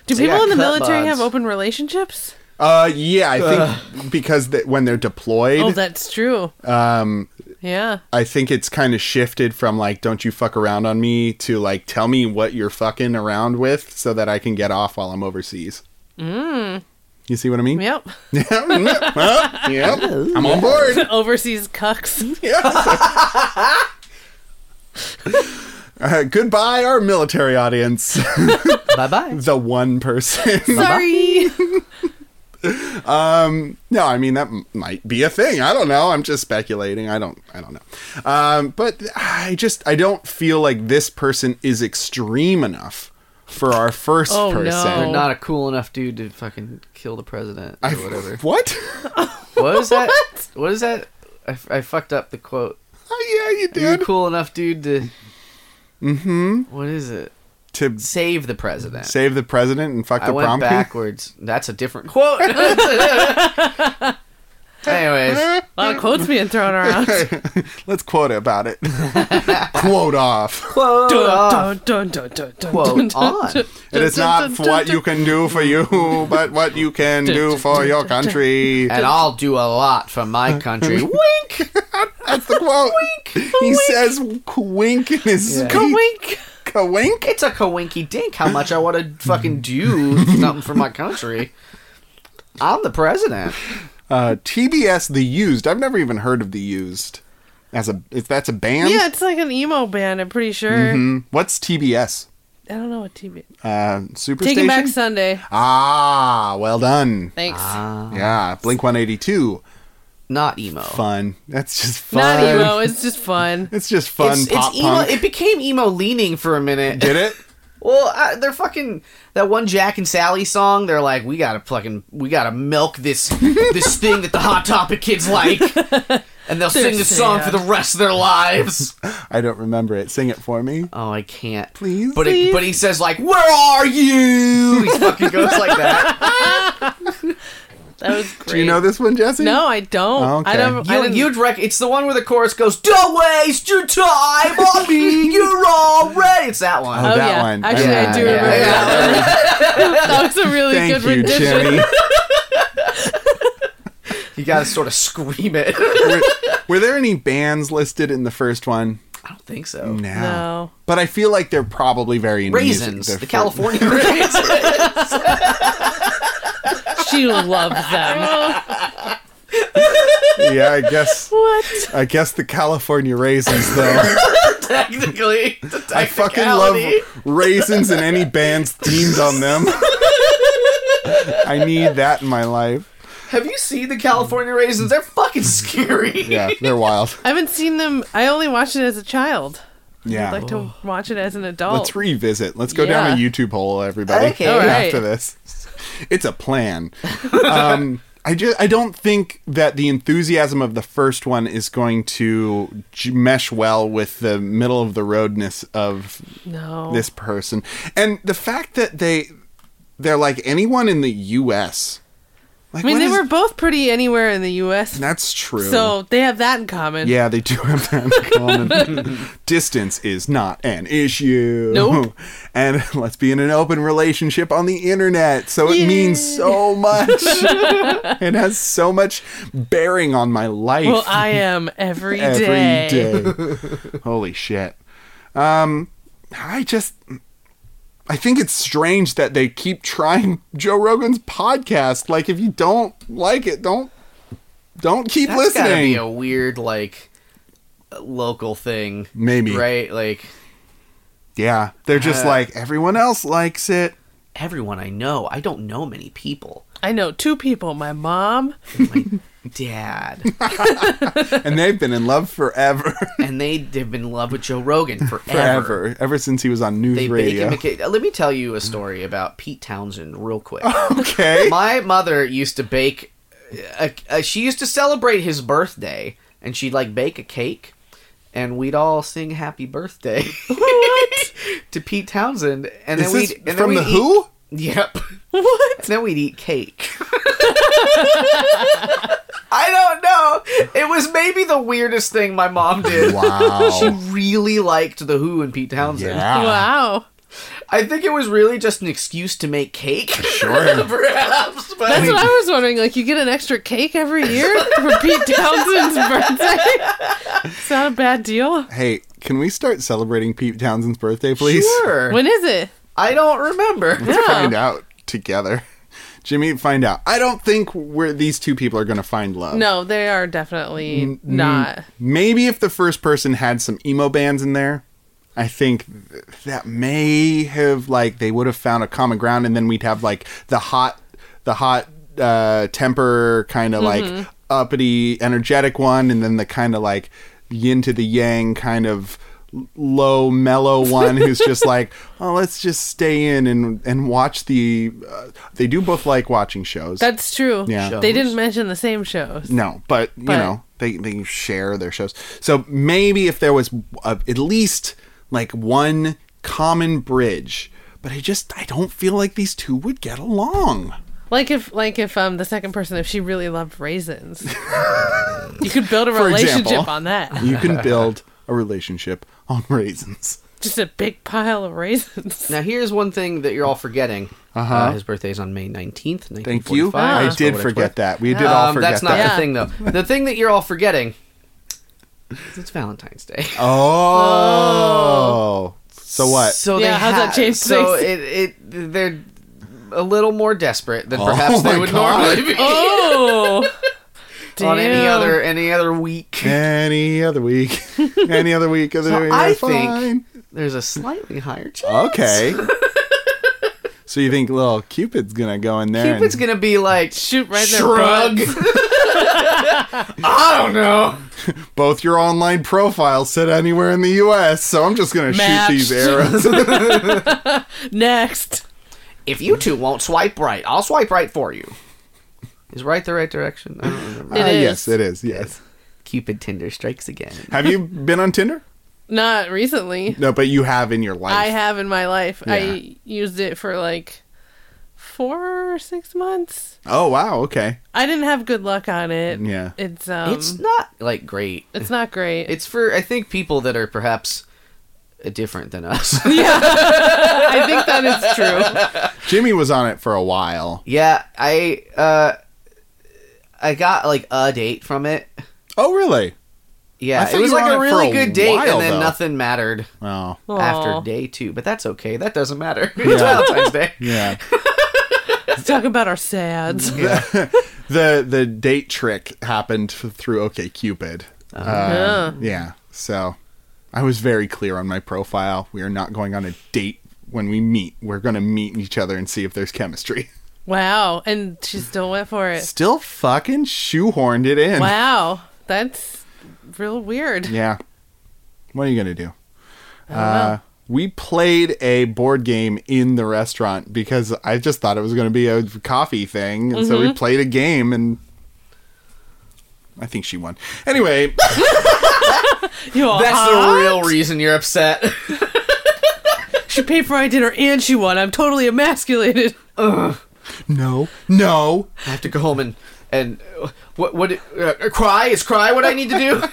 S3: Do
S4: They
S3: people
S4: got
S3: in the
S4: cut
S3: military
S4: bods.
S3: have open relationships?
S1: Uh, yeah, I think because that when they're deployed,
S3: Oh, that's true.
S1: um,
S3: Yeah.
S1: I think it's kind of shifted from like "don't you fuck around on me" to like "tell me what you're fucking around with" so that I can get off while I'm overseas. Mm. You see what I mean?
S3: Yep.
S1: Yeah. Well, yep.
S4: (laughs)
S1: I'm on board.
S3: Overseas (laughs) cucks.
S1: Uh, goodbye, our military audience. (laughs)
S4: Bye bye.
S1: the one person. (laughs)
S3: Sorry.
S1: no, I mean that m- might be a thing. I don't know. I'm just speculating. I don't. I don't know. Um, but I just I don't feel like this person is extreme enough for our first
S3: Oh,
S1: person.
S3: no.
S4: They're not a cool enough dude to fucking kill the president or
S1: I,
S4: whatever.
S1: What? (laughs)
S4: What was that? What is that? I, f- I fucked up the quote.
S1: oh, yeah, you
S4: You're a
S1: did.
S4: cool enough dude to. Mm-hmm. What is it?
S1: To
S4: Save the president.
S1: save the president and fuck
S4: I
S1: the
S4: went (laughs)
S1: prom king.
S3: (laughs)
S4: backwards. That's a different quote. Anyways,
S3: A lot of quotes being thrown around.
S1: (laughs) Let's quote about
S4: (laughs)
S1: it. quote off.
S4: quote off.
S3: Dun, dun, dun, dun, dun,
S4: Quote
S3: dun, dun,
S4: on.
S3: dun,
S1: It
S3: dun,
S1: is
S3: dun,
S1: not
S3: dun,
S1: for
S3: dun,
S1: what you
S3: dun.
S1: can do for you, but what you can do for your country.
S4: and I'll do a lot for
S1: (laughs)
S4: my country. Wink.
S1: That's the quote. He says wink in his
S4: Yeah.
S1: wink. Wink.
S4: It's a coinky dink how much I want to fucking do something for my country. I'm the president.
S1: Uh, TBS The Used. I've never even heard of The Used. As a if that's a band.
S3: Yeah, it's like an emo band. I'm pretty sure.
S1: Mm, What's TBS?
S3: I don't know what TV.
S1: Uh, Superstation.
S3: Taking Back Sunday.
S1: ah, well done.
S3: Thanks.
S1: Yeah, Blink 182.
S4: Uh, Not emo.
S1: Fun. That's just fun.
S3: Oh. not emo. It's just fun.
S1: (laughs) It's just fun
S4: it's,
S1: pop
S4: it's emo.
S1: punk.
S4: It became emo leaning for a minute.
S1: Get it?
S4: Well, I, they're fucking that one Jack and Sally song. They're like, we gotta fucking, we gotta milk (laughs) this this thing that the Hot Topic kids like, and they'll sing this song for
S3: sad.
S4: the rest of their lives.
S1: I don't remember it. Sing it for me.
S4: Oh, I can't.
S1: Please.
S4: But it, but he says like, where are you? He fucking goes like (laughs) that.
S3: That was great.
S1: Do you know this one, Jesse?
S3: No, I don't.
S1: Oh, okay.
S3: I don't. I
S4: You,
S3: didn't-
S4: you'd rec- It's the one where the chorus goes, "Don't waste your time on me. You're already." It's that one.
S1: Oh,
S3: Oh
S1: that
S3: yeah.
S1: one.
S3: Actually,
S1: Yeah,
S3: I
S1: yeah,
S3: do remember
S1: yeah.
S3: that (laughs) one. that was a really
S1: Thank
S3: good
S1: you,
S3: rendition.
S1: Jenny.
S4: You gotta sort of scream it.
S1: (laughs)
S4: (laughs)
S1: were, were there any bands listed in the first one?
S4: I don't think so.
S1: No.
S3: No.
S1: But I feel like they're probably very into music.
S4: Raisins,
S1: They're
S4: the
S1: fr-
S4: California (laughs) raisins.
S3: She loved (laughs) them.
S1: Yeah, I guess.
S3: what?
S1: I guess the California raisins, though.
S3: (laughs)
S1: (laughs)
S4: technically.
S1: I fucking love raisins and any bands themed on
S3: (laughs)
S1: them. I need that in my life.
S4: Have you seen the California raisins? They're fucking scary.
S1: Yeah, they're wild.
S3: I haven't seen them. I only watched it as a child. I'd
S1: Yeah.
S3: like to watch it as an adult.
S1: Oh. Let's revisit. Let's go down a
S3: Oh. Yeah.
S1: YouTube hole, everybody.
S4: Okay. All
S3: right.
S1: After this, it's a plan. Um, I just I don't think that the enthusiasm of the first one is going to j- mesh well with the middle of the roadness of
S3: no.
S1: this person, and the fact that they they're like anyone in the U.S. Like,
S3: I mean,
S1: what
S3: they
S1: is-
S3: were both pretty anywhere in the U.S.
S1: That's true.
S3: So they have that in common.
S1: Yeah, they do have that in
S3: (laughs)
S1: common. Distance is not an issue.
S3: Nope.
S1: (laughs) And let's be in an open relationship on the internet. So it
S3: Yay.
S1: means so
S3: (laughs)
S1: much. it has so much bearing on my life
S3: Well, I am every
S1: every
S3: day. (laughs)
S1: day. Holy shit. Um, I just. I think it's strange that they keep trying Joe Rogan's podcast. Like, if you don't like it, don't don't keep
S4: (laughs) That's
S1: listening.
S4: gotta be a weird, like, local thing.
S1: Maybe.
S4: Right? Like,
S1: Yeah, they're just
S4: Uh,
S1: like everyone else likes it.
S4: everyone I know, I don't know many people.
S3: I know two people: my mom (laughs)
S4: My
S1: (laughs)
S4: dad.
S1: and they've been in love forever, (laughs)
S4: And they, they've been in love with Joe Rogan forever.
S1: forever, ever since he was on news
S4: They bake
S1: radio. (laughs)
S4: him a cake. Let me tell you a story about Pete Townsend,
S1: (laughs)
S4: real quick.
S1: okay,
S4: My mother used to bake. A, a, she used to celebrate his birthday, and she'd like bake a cake, and we'd all sing "Happy Birthday" (laughs) to Pete Townsend, and
S1: is
S4: then
S1: this
S4: we'd and then
S1: from the
S4: we'd eat-
S1: Who?
S4: Yep. (laughs) What? And then we'd eat cake. I don't know. It was maybe the weirdest thing my mom did. (laughs) She
S1: Wow.
S4: really liked the Who and Pete Townsend.
S1: yeah.
S3: wow.
S4: I think it was really just an excuse to make cake.
S1: Sure.
S4: (laughs) Perhaps, but
S3: That's what I was wondering. Like, you get an extra cake every
S1: (laughs)
S3: year for Pete Townsend's birthday. It's not a bad deal.
S1: Hey, can we start celebrating Pete Townsend's birthday, please?
S4: Sure.
S3: When is it?
S4: I don't remember.
S1: (laughs) Let's find out together. (laughs) Jimmy, find out. I don't think we're these two people are going to find love.
S3: No, they are definitely not.
S1: Maybe if the first person had some emo bands in there, I think th- that may have like they would have found a common ground, and then we'd have like the hot, the hot uh, temper kind of like uppity, energetic one, and then the kind of like yin to the yang kind of l- low mellow one who's just like oh let's just stay in and and watch the uh, they do both like watching shows
S3: That's true.
S1: Yeah.
S3: They
S4: Shows.
S3: didn't mention the same shows.
S1: no, but,
S3: But-
S1: you know, they they share their shows. So maybe if there was uh at least like one common bridge, but I just I don't feel like these two would get along.
S3: Like if like if um the second person if she really loved raisins. you could build a
S1: For
S3: relationship
S1: example.
S3: on that.
S1: You
S4: (laughs)
S1: can build a relationship on raisins.
S3: Just a big pile
S4: (laughs)
S3: of raisins.
S4: Now, here's one thing that you're all forgetting.
S1: Uh-huh.
S4: Uh, his birthday is on May 19th, 1945.
S1: Thank you.
S3: Ah.
S1: I
S4: That's
S1: did
S4: what it's
S1: forget
S4: worth.
S1: that. We did all
S4: Um,
S1: forget
S4: that's not
S1: that.
S3: that.
S4: the thing,
S1: (laughs)
S4: though. The thing that you're all forgetting is it's Valentine's Day.
S1: Oh. So (laughs) what?
S4: So
S3: Yeah,
S4: they
S3: how's that
S4: ha-
S3: change
S4: So
S3: things?
S4: it, it they're a little more desperate than
S1: Oh
S4: perhaps
S1: my
S4: they would
S1: God.
S4: normally be
S3: Oh.
S4: (laughs) on any
S3: Damn.
S4: other any other week. (laughs)
S1: Any other (laughs) week. Any other week of the
S4: So
S1: week.
S4: I think-
S1: fine.
S4: There's a slightly higher chance.
S1: Okay. so you think little Cupid's gonna go in there?
S4: Cupid's
S1: and
S4: gonna be like
S3: shoot right there.
S4: shrug. (laughs)
S1: (laughs)
S4: I don't know.
S1: both your online profiles sit anywhere in the U.S. So I'm just gonna
S3: Matched.
S1: shoot these arrows.
S3: Next.
S4: If you two won't swipe right, I'll swipe right for you. Is right the right direction? I don't remember.
S1: Ah, (laughs) Yes,
S3: is.
S1: it is. Yes.
S4: (laughs) Cupid Tinder strikes again.
S1: Have you been on Tinder?
S3: Not recently.
S1: No, but you have in your life.
S3: I have in my life.
S1: Yeah.
S3: I used it for like four or six months.
S1: Oh wow. Okay.
S3: I didn't have good luck on it.
S1: Yeah.
S3: It's um
S4: it's
S3: it's,
S4: not like great.
S3: not great. (laughs)
S4: It's for I think people that are perhaps uh, different than us. (laughs)
S3: I think that is true.
S1: Jimmy was on it for a while.
S4: yeah, I uh I got like a date from it.
S1: Oh really? I
S4: Yeah,
S1: thought
S4: it was
S1: you were
S4: like
S1: on
S4: a
S1: it for
S4: really
S1: a
S4: good date,
S1: while,
S4: and then
S1: though.
S4: nothing mattered
S1: Oh.
S3: Aw.
S4: after day two. But that's okay. That doesn't matter. (laughs) it's Valentine's Day.
S1: Yeah.
S3: Let's talk about our sads.
S1: the the date trick happened f- through OK Cupid.
S3: (laughs) Yeah.
S1: Yeah. So I was very clear on my profile. We are not going on a date when we meet. We're going to meet each other and see if there's chemistry.
S3: Wow. And she still went for it.
S1: Still fucking shoehorned it in.
S3: Wow. That's real weird.
S1: Yeah. What are you going to do? Uh, we played a board game in the restaurant because I just thought it was going to be a coffee thing. And so we played a game and I think she won. Anyway, (laughs)
S3: You all,
S4: That's
S3: huh?
S4: the real reason you're upset.
S3: She paid for my dinner and she won. I'm totally emasculated. (laughs)
S1: no, no.
S4: I have to go home and and uh, what what uh, cry is cry what I need to
S1: (laughs)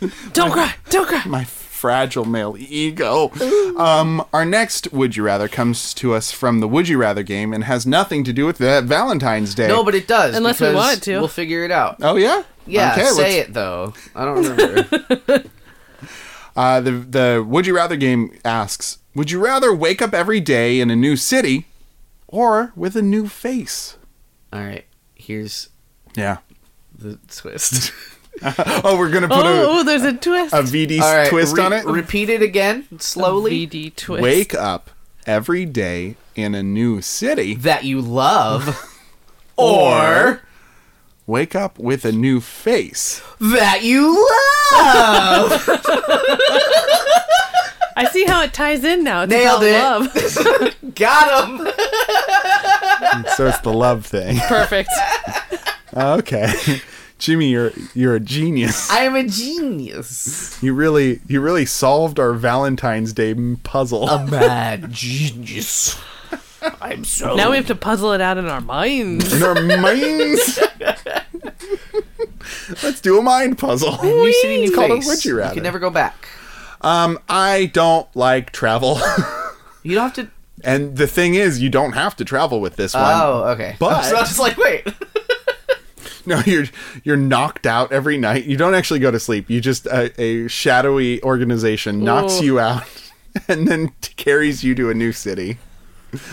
S4: do.
S3: Don't cry. Don't cry.
S1: my fragile male ego. Um, our next Would You Rather comes to us from the Would You Rather game and has nothing to do with the Valentine's Day.
S4: no, but it does.
S3: Unless we
S4: because
S3: want it to.
S4: we'll figure it out.
S1: oh yeah,
S4: Yeah,
S1: Okay, let's-
S4: say it though. I don't
S3: (laughs)
S4: remember.
S1: Uh, the the Would You Rather game asks: Would you rather wake up every day in a new city, or with a new face?
S4: All right, here's
S1: Yeah.
S4: the twist.
S1: Oh, we're gonna put
S3: Oh, oh, there's a twist.
S1: a, a VD
S4: (laughs) All right,
S1: twist
S4: re-
S1: on it.
S4: Repeat it again slowly.
S3: VD twist.
S1: Wake up every day in a new city.
S4: that
S1: (laughs)
S4: you love, or
S1: Wake up with a new face.
S4: that you love.
S1: (laughs)
S3: I see how it ties in now. It's
S4: Nailed
S3: about love.
S4: Got him.
S1: So it's the love thing.
S3: Perfect.
S1: Okay. (laughs) Jimmy, you're you're a genius.
S4: I am a genius.
S1: You really you really solved our Valentine's Day m- puzzle.
S4: A mad genius. I'm so.
S3: Now we have to puzzle it out in
S1: (laughs)
S3: our minds.
S1: (laughs) In our minds. Let's do a mind
S4: (laughs)
S1: puzzle.
S4: new city, new
S1: it's
S4: face.
S1: called a would you rather.
S4: can never go back.
S1: um, I don't like travel, (laughs)
S4: You don't have to.
S1: and the thing is, you don't have to travel with this one.
S4: Oh, okay.
S1: But-
S4: so I was just
S1: (laughs)
S4: like, wait.
S1: No, you're you're knocked out every night. You don't actually go to sleep. You just a, a shadowy organization knocks
S3: Ooh.
S1: you out, (laughs) and then t- carries you to a new city.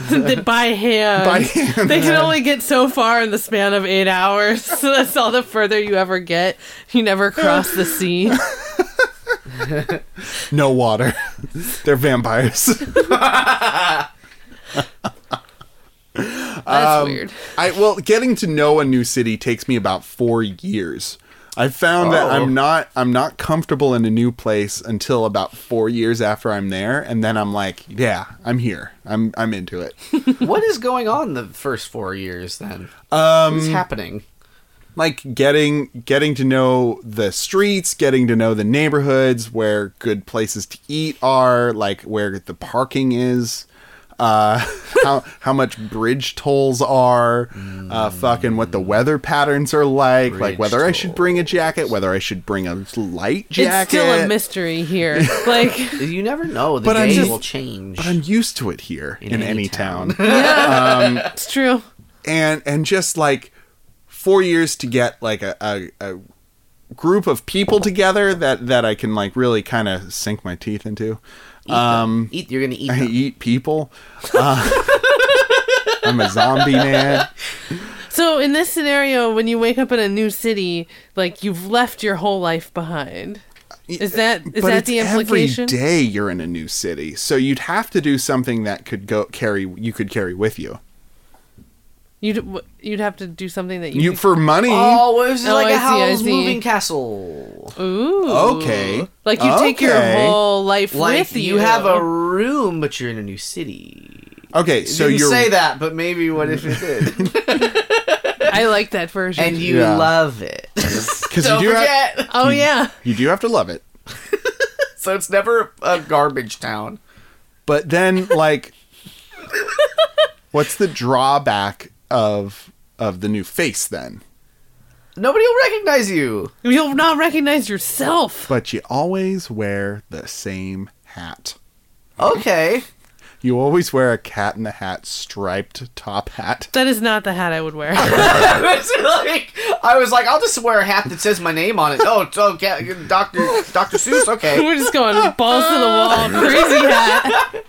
S3: They- (laughs) by hand.
S1: By
S4: Um,
S1: hand.
S3: They can only get so far in the span of eight hours. (laughs) So that's all the further you ever get. You never cross the sea.
S1: No water. (laughs) They're vampires.
S3: That's weird.
S1: (laughs) I well, getting to know a new city takes me about four years. I found that
S4: Oh.
S1: I'm not I'm not comfortable in a new place until about four years after I'm there, and then I'm like, yeah, I'm here. I'm I'm into it.
S4: what is going on the first four years then?
S1: Um,
S4: What's happening?
S1: like getting getting to know the streets, getting to know the neighborhoods, where good places to eat are, like where the parking is. uh, (laughs) how how much bridge tolls are, uh, fucking what the weather patterns are like, like
S4: Bridge
S1: whether I should bring a jacket, whether I should bring a light jacket.
S3: It's still a
S1: (laughs)
S3: mystery here. Like,
S4: You never know. The
S1: But I'm
S4: game
S1: just-
S4: will change.
S1: But I'm used to it here in, any, town. (laughs)
S3: yeah, it's true.
S1: and and just like four years to get like a, a, a group of people together that that I can like really kind of sink my teeth into. Um,
S4: eat. You're gonna eat.
S1: I
S4: them.
S1: eat people. Uh, (laughs) I'm a zombie man.
S3: So in this scenario, when you wake up in a new city, like you've left your whole life behind. Is that is
S1: but
S3: that
S1: it's
S3: the implication?
S1: every day you're in a new city, so you'd have to do something that could go carry you could carry with you.
S3: You'd w- you'd have to do something that
S1: You
S3: you.
S1: for money.
S4: Oh, what is it
S3: Oh,
S4: like
S3: I
S4: a
S3: see, I
S4: Howl's
S3: see.
S4: moving castle?
S3: ooh.
S1: Okay.
S3: Like you take your
S1: Okay.
S3: whole life
S4: Like
S3: with you.
S4: you have
S3: (laughs)
S4: a room, but you're in a new city.
S1: Okay,
S4: It
S1: so
S4: didn't
S1: you're
S4: say that, but maybe what if it did?
S1: (laughs)
S4: (laughs)
S3: I like that version.
S4: and you
S1: Yeah. (laughs)
S4: love it.
S1: because you
S4: Don't
S1: do have,
S4: forget. (laughs)
S3: oh
S1: Hmm.
S3: yeah.
S1: you do have to love it.
S4: So it's never a garbage town.
S1: But then
S4: (laughs)
S1: like what's the drawback of of the new face then?
S4: Nobody will recognize you.
S3: You'll not recognize yourself.
S1: But you always wear the same hat.
S4: Okay.
S1: You always wear a cat in the hat striped top hat.
S3: That is not the hat I
S1: (laughs)
S3: would wear.
S4: (laughs) It's like- I was like, I'll just wear a hat that says my name on it. Oh, it's okay, Doctor Doctor Seuss. Okay.
S3: (laughs) We're just going balls to
S1: (laughs)
S3: the
S1: Oh
S3: wall, crazy hat.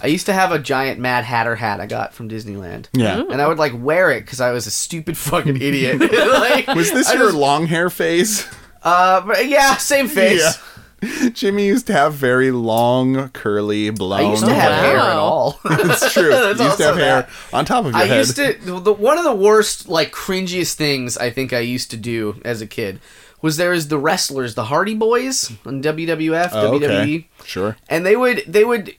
S4: I used to have a giant Mad Hatter hat I got from Disneyland.
S1: Yeah.
S4: And I would like wear it because I was a stupid fucking
S1: (laughs)
S4: idiot. (laughs) like,
S1: Was this
S4: I
S1: your
S4: just-
S1: long hair phase?
S4: Uh, but yeah, same face.
S1: Yeah. (laughs) Jimmy used to have very long, curly,
S4: I
S1: blown.
S4: used to have
S3: wow.
S4: hair
S1: (laughs)
S4: at all.
S1: It's true.
S4: (laughs) That's
S1: you used to
S4: also
S1: have hair
S4: that.
S1: on top of your
S4: I
S1: head.
S4: used to the one of the worst like cringiest things I think I used to do as a kid was there is the wrestlers, the Hardy Boys on WWF,
S1: Oh,
S4: WWE,
S1: okay.
S4: (laughs)
S1: Sure.
S4: and they would they would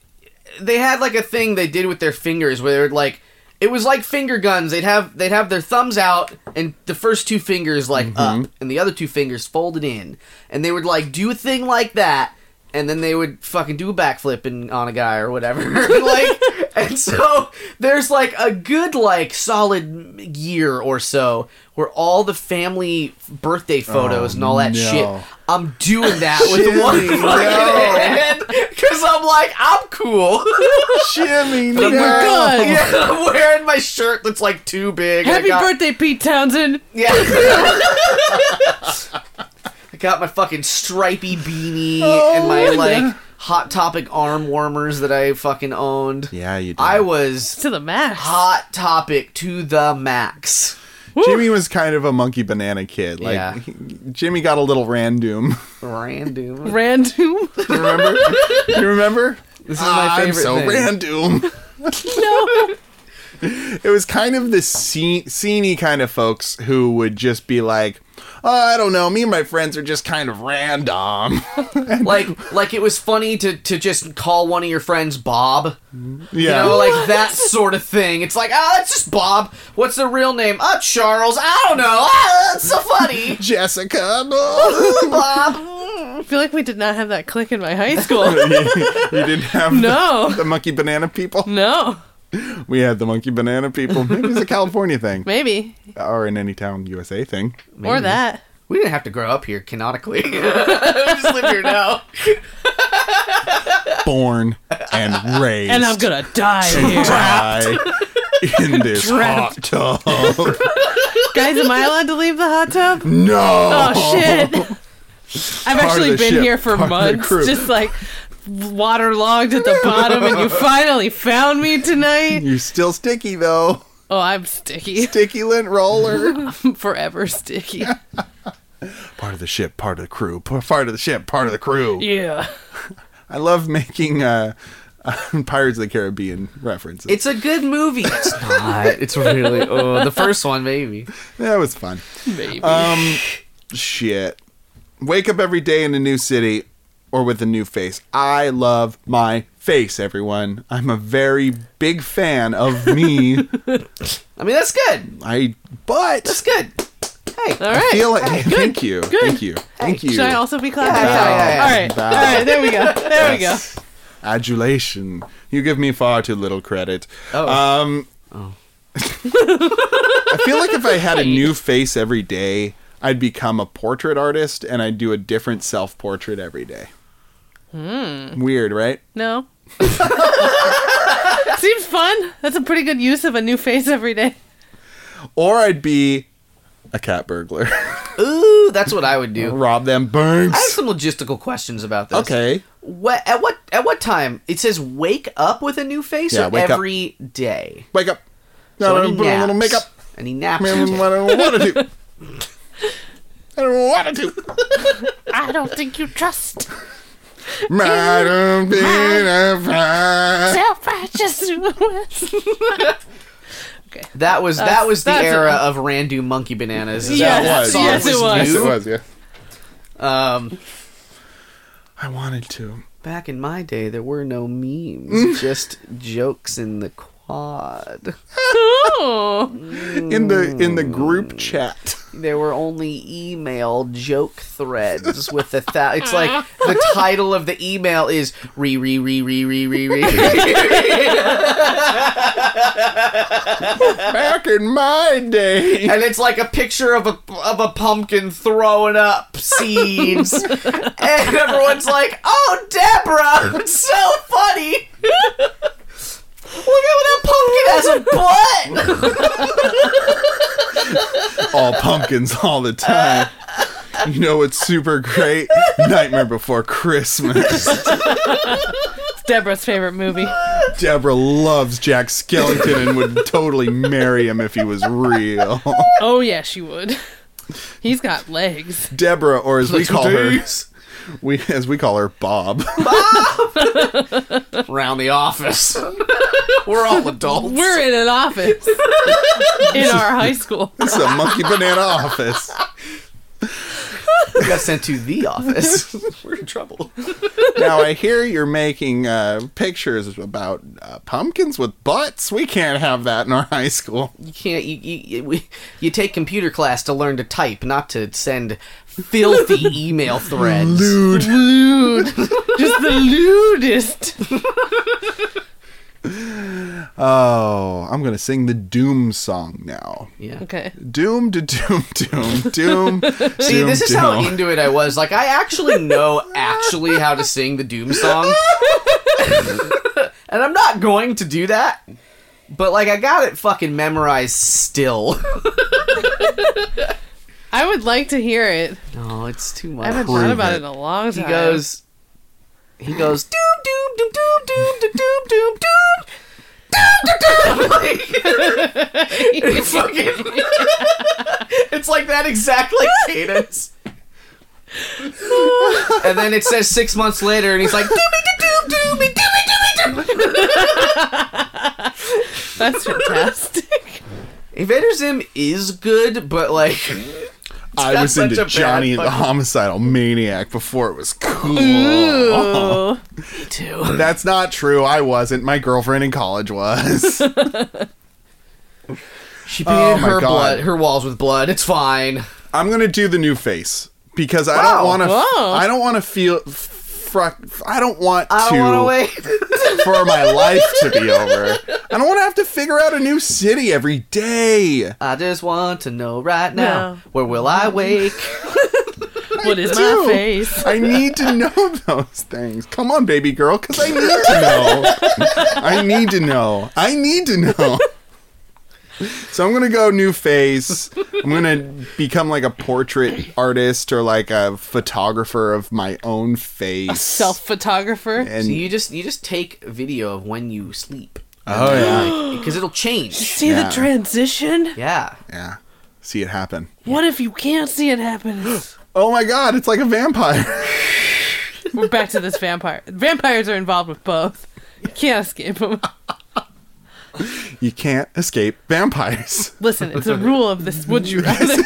S4: they had like a thing they did with their fingers where they would like it was like finger guns. They'd have they'd have their thumbs out and the first two fingers like up and the other two fingers folded in, and they would like do a thing like that. And then they would fucking do a backflip and on a guy or whatever, (laughs) like. And so there's like a good like solid year or so where all the family birthday photos and all that
S1: no.
S4: shit. I'm doing that with
S1: Jimmy,
S4: one fucking
S1: no.
S4: hand because I'm like I'm cool.
S1: Jimmy,
S3: Finger guns.
S4: Yeah, I'm wearing my shirt that's like too big. and I
S3: Happy
S4: got-
S3: birthday, Pete Townsend.
S4: Yeah. I (laughs) got my fucking stripy beanie and my
S3: Oh,
S4: like
S3: yeah.
S4: hot topic arm warmers that I fucking owned.
S1: Yeah, you did.
S4: I was
S3: To the max.
S4: hot topic to the max.
S1: Jimmy was kind of a monkey banana kid. Like
S4: (laughs) Yeah.
S1: Jimmy got a little random.
S4: Random.
S3: Random.
S1: (laughs) you remember? you remember? This
S4: is my favorite
S1: I'm so
S4: thing. (laughs)
S1: random.
S3: no.
S1: It was kind of the scene sceney kind of folks who would just be like, "Oh, I don't know. Me and my friends are just kind of random." (laughs)
S4: like like it was funny to to just call one of your friends Bob.
S1: yeah.
S4: You know, like that sort of thing. It's like, ah, that's just Bob. What's their real name? Ah, Charles. I don't know. Ah, that's so funny.
S1: (laughs) Jessica. no.
S4: Bob.
S3: I feel like we did not have that click in my high school.
S1: (laughs) you didn't have the-
S3: No.
S1: the monkey banana people.
S3: No.
S1: We had the monkey banana people. Maybe it's a California
S3: (laughs)
S1: thing
S3: Maybe.
S1: or an any town USA thing.
S3: Or that.
S4: We didn't have to grow up here canonically. (laughs) we just live here now.
S1: Born and raised.
S3: And I'm gonna die
S1: to (laughs)
S3: here.
S1: die in this
S3: Trapped.
S1: hot tub.
S3: (laughs) Guys, am I allowed to leave the hot tub?
S1: (laughs) No.
S3: Oh
S1: (laughs)
S3: shit. I've
S1: of
S3: actually
S1: the
S3: been
S1: ship,
S3: here for
S1: part of the
S3: months,
S1: crew.
S3: just like waterlogged at the
S1: (laughs)
S3: bottom, and you finally found me tonight.
S1: You're still sticky
S3: (laughs)
S1: though.
S3: Oh, I'm sticky. (laughs)
S1: Sticky lint roller.
S3: Forever sticky.
S1: (laughs) part of the ship, part of the crew. p- Part of the ship, part of the crew.
S3: Yeah.
S1: I love making uh, (laughs) Pirates of the Caribbean references.
S4: It's a good movie. It's not. It's really. Oh, the first one, maybe.
S1: that was fun.
S3: Maybe.
S1: Um, shit. Wake up every day in a new city or with a new face. I love my face, everyone. I'm a very big fan of me.
S3: (laughs)
S4: I mean, that's good.
S1: I but
S4: That's good. Hey.
S3: All right.
S1: I feel like thank you, thank you, thank you.
S3: Should I also be clapped?
S4: Yeah, yeah, yeah, yeah.
S3: All right. All right. There we go. There we go.
S1: adulation. You give me far too little credit.
S4: Oh.
S1: Um, I feel like if I had
S3: (laughs)
S1: a new face every day, I'd become a portrait artist and I'd do a different self portrait every day.
S3: Hmm.
S1: Weird, right?
S3: No. (laughs) Seems fun. That's a pretty good use of a new face every day.
S1: Or I'd be a cat burglar.
S3: (laughs)
S4: Ooh, that's what I would do.
S1: Rob them
S4: I have
S1: banks.
S4: some logistical questions about this.
S1: Okay.
S4: What at what at what time? It says wake up with a new face
S1: Yeah,
S4: or
S1: wake up.
S4: every day.
S1: Wake up.
S4: So
S1: No,
S4: any
S1: no, put on a little
S4: naps?
S1: makeup.
S4: Any naps?
S1: Man,
S4: you
S1: I
S4: take?
S1: don't want to do.
S3: (laughs)
S1: I don't want to do.
S3: I don't think you trust
S1: Madam Butterfly.
S3: (laughs) self-righteous.
S4: That was that
S3: That's-
S4: was the
S3: that's-
S4: era of Randu Monkey Bananas. Is
S3: Yes,
S4: that what that song
S3: yes, it was.
S1: Yes,
S4: new?
S1: it was. Yeah.
S4: Um,
S1: I wanted to.
S4: back in my day, there were no
S3: Mm.
S4: memes, just jokes in the quad.
S3: oh.
S1: In the in the group chat.
S4: There were only email joke threads with the thou. It's
S3: (laughs)
S4: like the title of the email is re re re re re re re,
S1: Back in my day.
S4: and it's like a picture of a of a pumpkin throwing up
S3: (laughs)
S4: seeds, and everyone's like, "Oh, Deborah, it's so funny." Look at what that pumpkin has a butt!
S1: All pumpkins all the time. You know what's super great? Nightmare Before Christmas.
S3: It's Deborah's favorite movie.
S1: Deborah loves Jack Skellington and would totally marry him if he was real.
S3: Oh yeah, she would. He's got legs.
S1: Deborah, or as we call her, we as we call her, Bob.
S4: Round the office. We're all adults.
S3: We're in an office in our high school.
S1: This is a monkey banana office.
S4: We got sent to the office. We're in trouble.
S1: Now I hear you're making uh, pictures about uh, pumpkins with butts. We can't have that in our high school.
S4: You can't. You, you, you, we- you take computer class to learn to type, not to send
S3: (laughs)
S4: filthy email threads.
S3: Lewd. Just the lewdest.
S1: Oh, I'm gonna sing the doom song now.
S4: Yeah.
S3: Okay.
S1: Doom to doom doom doom.
S4: (laughs) See,
S1: doom,
S4: this is how
S1: doom.
S4: into it I was. Like, I actually know actually how to sing the Doom song, and I'm not going to do that. But like, I got it fucking memorized still.
S3: I would like to hear it.
S4: No, Oh, it's too much.
S3: I haven't
S1: Prove
S3: thought about
S1: it.
S3: it in a long
S4: he
S3: time.
S4: goes he goes doom doom doom (laughs) doom doom doom doom doom doom doom (laughs)
S3: (laughs)
S4: doom Like, fucking it's like that exact like cadence and then it says six months later and he's like doom doom doom doom doom doom doom
S3: That's fantastic.
S4: Invader Zim is good but like
S1: I
S4: got
S1: was
S4: such a
S1: into
S4: bad
S1: Johnny the
S4: fucking-
S1: Homicidal Maniac before it was cool.
S3: Ooh.
S4: too
S1: (laughs) That's not true. I wasn't. My girlfriend in college
S4: (laughs)
S1: was.
S4: she
S1: Oh
S4: painted
S1: my
S4: her
S1: God.
S4: blood her walls with blood it's fine
S1: I'm gonna do the new face because I
S4: Wow.
S1: don't want to.
S3: Whoa.
S1: I don't want to feel. Fruck, I don't want
S4: I
S1: to
S4: don't want to wait
S1: (laughs)
S4: (laughs)
S1: for my life to be over. I don't want to have to figure out a new city every day.
S4: I just want to know right now
S3: No.
S4: where will I wake?
S3: What is
S1: do.
S3: my face?
S1: I need
S4: (laughs)
S1: to know those things. Come on, baby girl, because I need to know.
S4: (laughs)
S1: I need to know. I need to know. So I'm gonna go new face. I'm gonna become like a portrait artist or like a photographer of my own face.
S3: Self photographer.
S1: and
S4: so you just you just take video of when you sleep.
S1: oh yeah,
S4: Because it'll change.
S3: See
S1: Yeah.
S3: the transition?
S4: Yeah.
S1: yeah. See it happen.
S3: What if you can't see it happen?
S1: Oh my god, it's like a vampire. (laughs)
S3: We're back to this vampire. Vampires are involved with both. You can't escape them.
S1: you can't escape vampires. (laughs)
S3: Listen, it's a rule of this. Would you rather?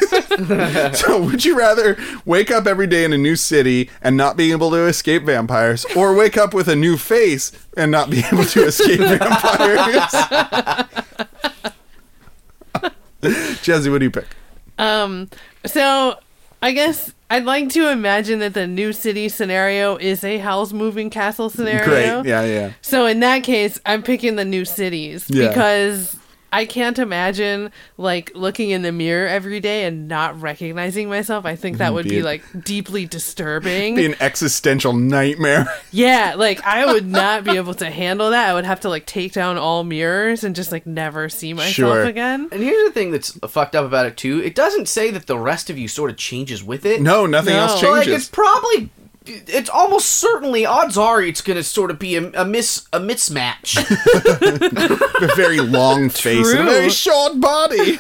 S1: So, would you rather wake up every day in a new city and not be able to escape vampires, or wake up with a new face and not be able to escape (laughs) vampires? (laughs) Jesse, what do you pick?
S3: Um, so I guess I'd like to imagine that the new city scenario is a house moving castle scenario.
S1: Great. Yeah, yeah.
S3: So in that case, I'm picking the new cities
S1: Yeah.
S3: because I can't imagine like looking in the mirror every day and not recognizing myself. I think that would
S1: Mm-hmm. Be-
S3: be like deeply disturbing.
S1: Be an existential nightmare.
S3: (laughs)
S1: (laughs)
S3: Yeah, like I would not be able to handle that. I would have to like take down all mirrors and just like never see myself
S1: Sure.
S3: again.
S4: And here's the thing that's fucked up about it too. It doesn't say that the rest of you sort of changes with it.
S1: No, nothing
S3: No.
S1: else
S4: So, like
S1: changes.
S4: it's probably it's almost certainly odds are it's going to sort of be a, a miss a mismatch. (laughs)
S1: a very
S3: (laughs)
S1: long face and a
S3: True.
S1: very short body.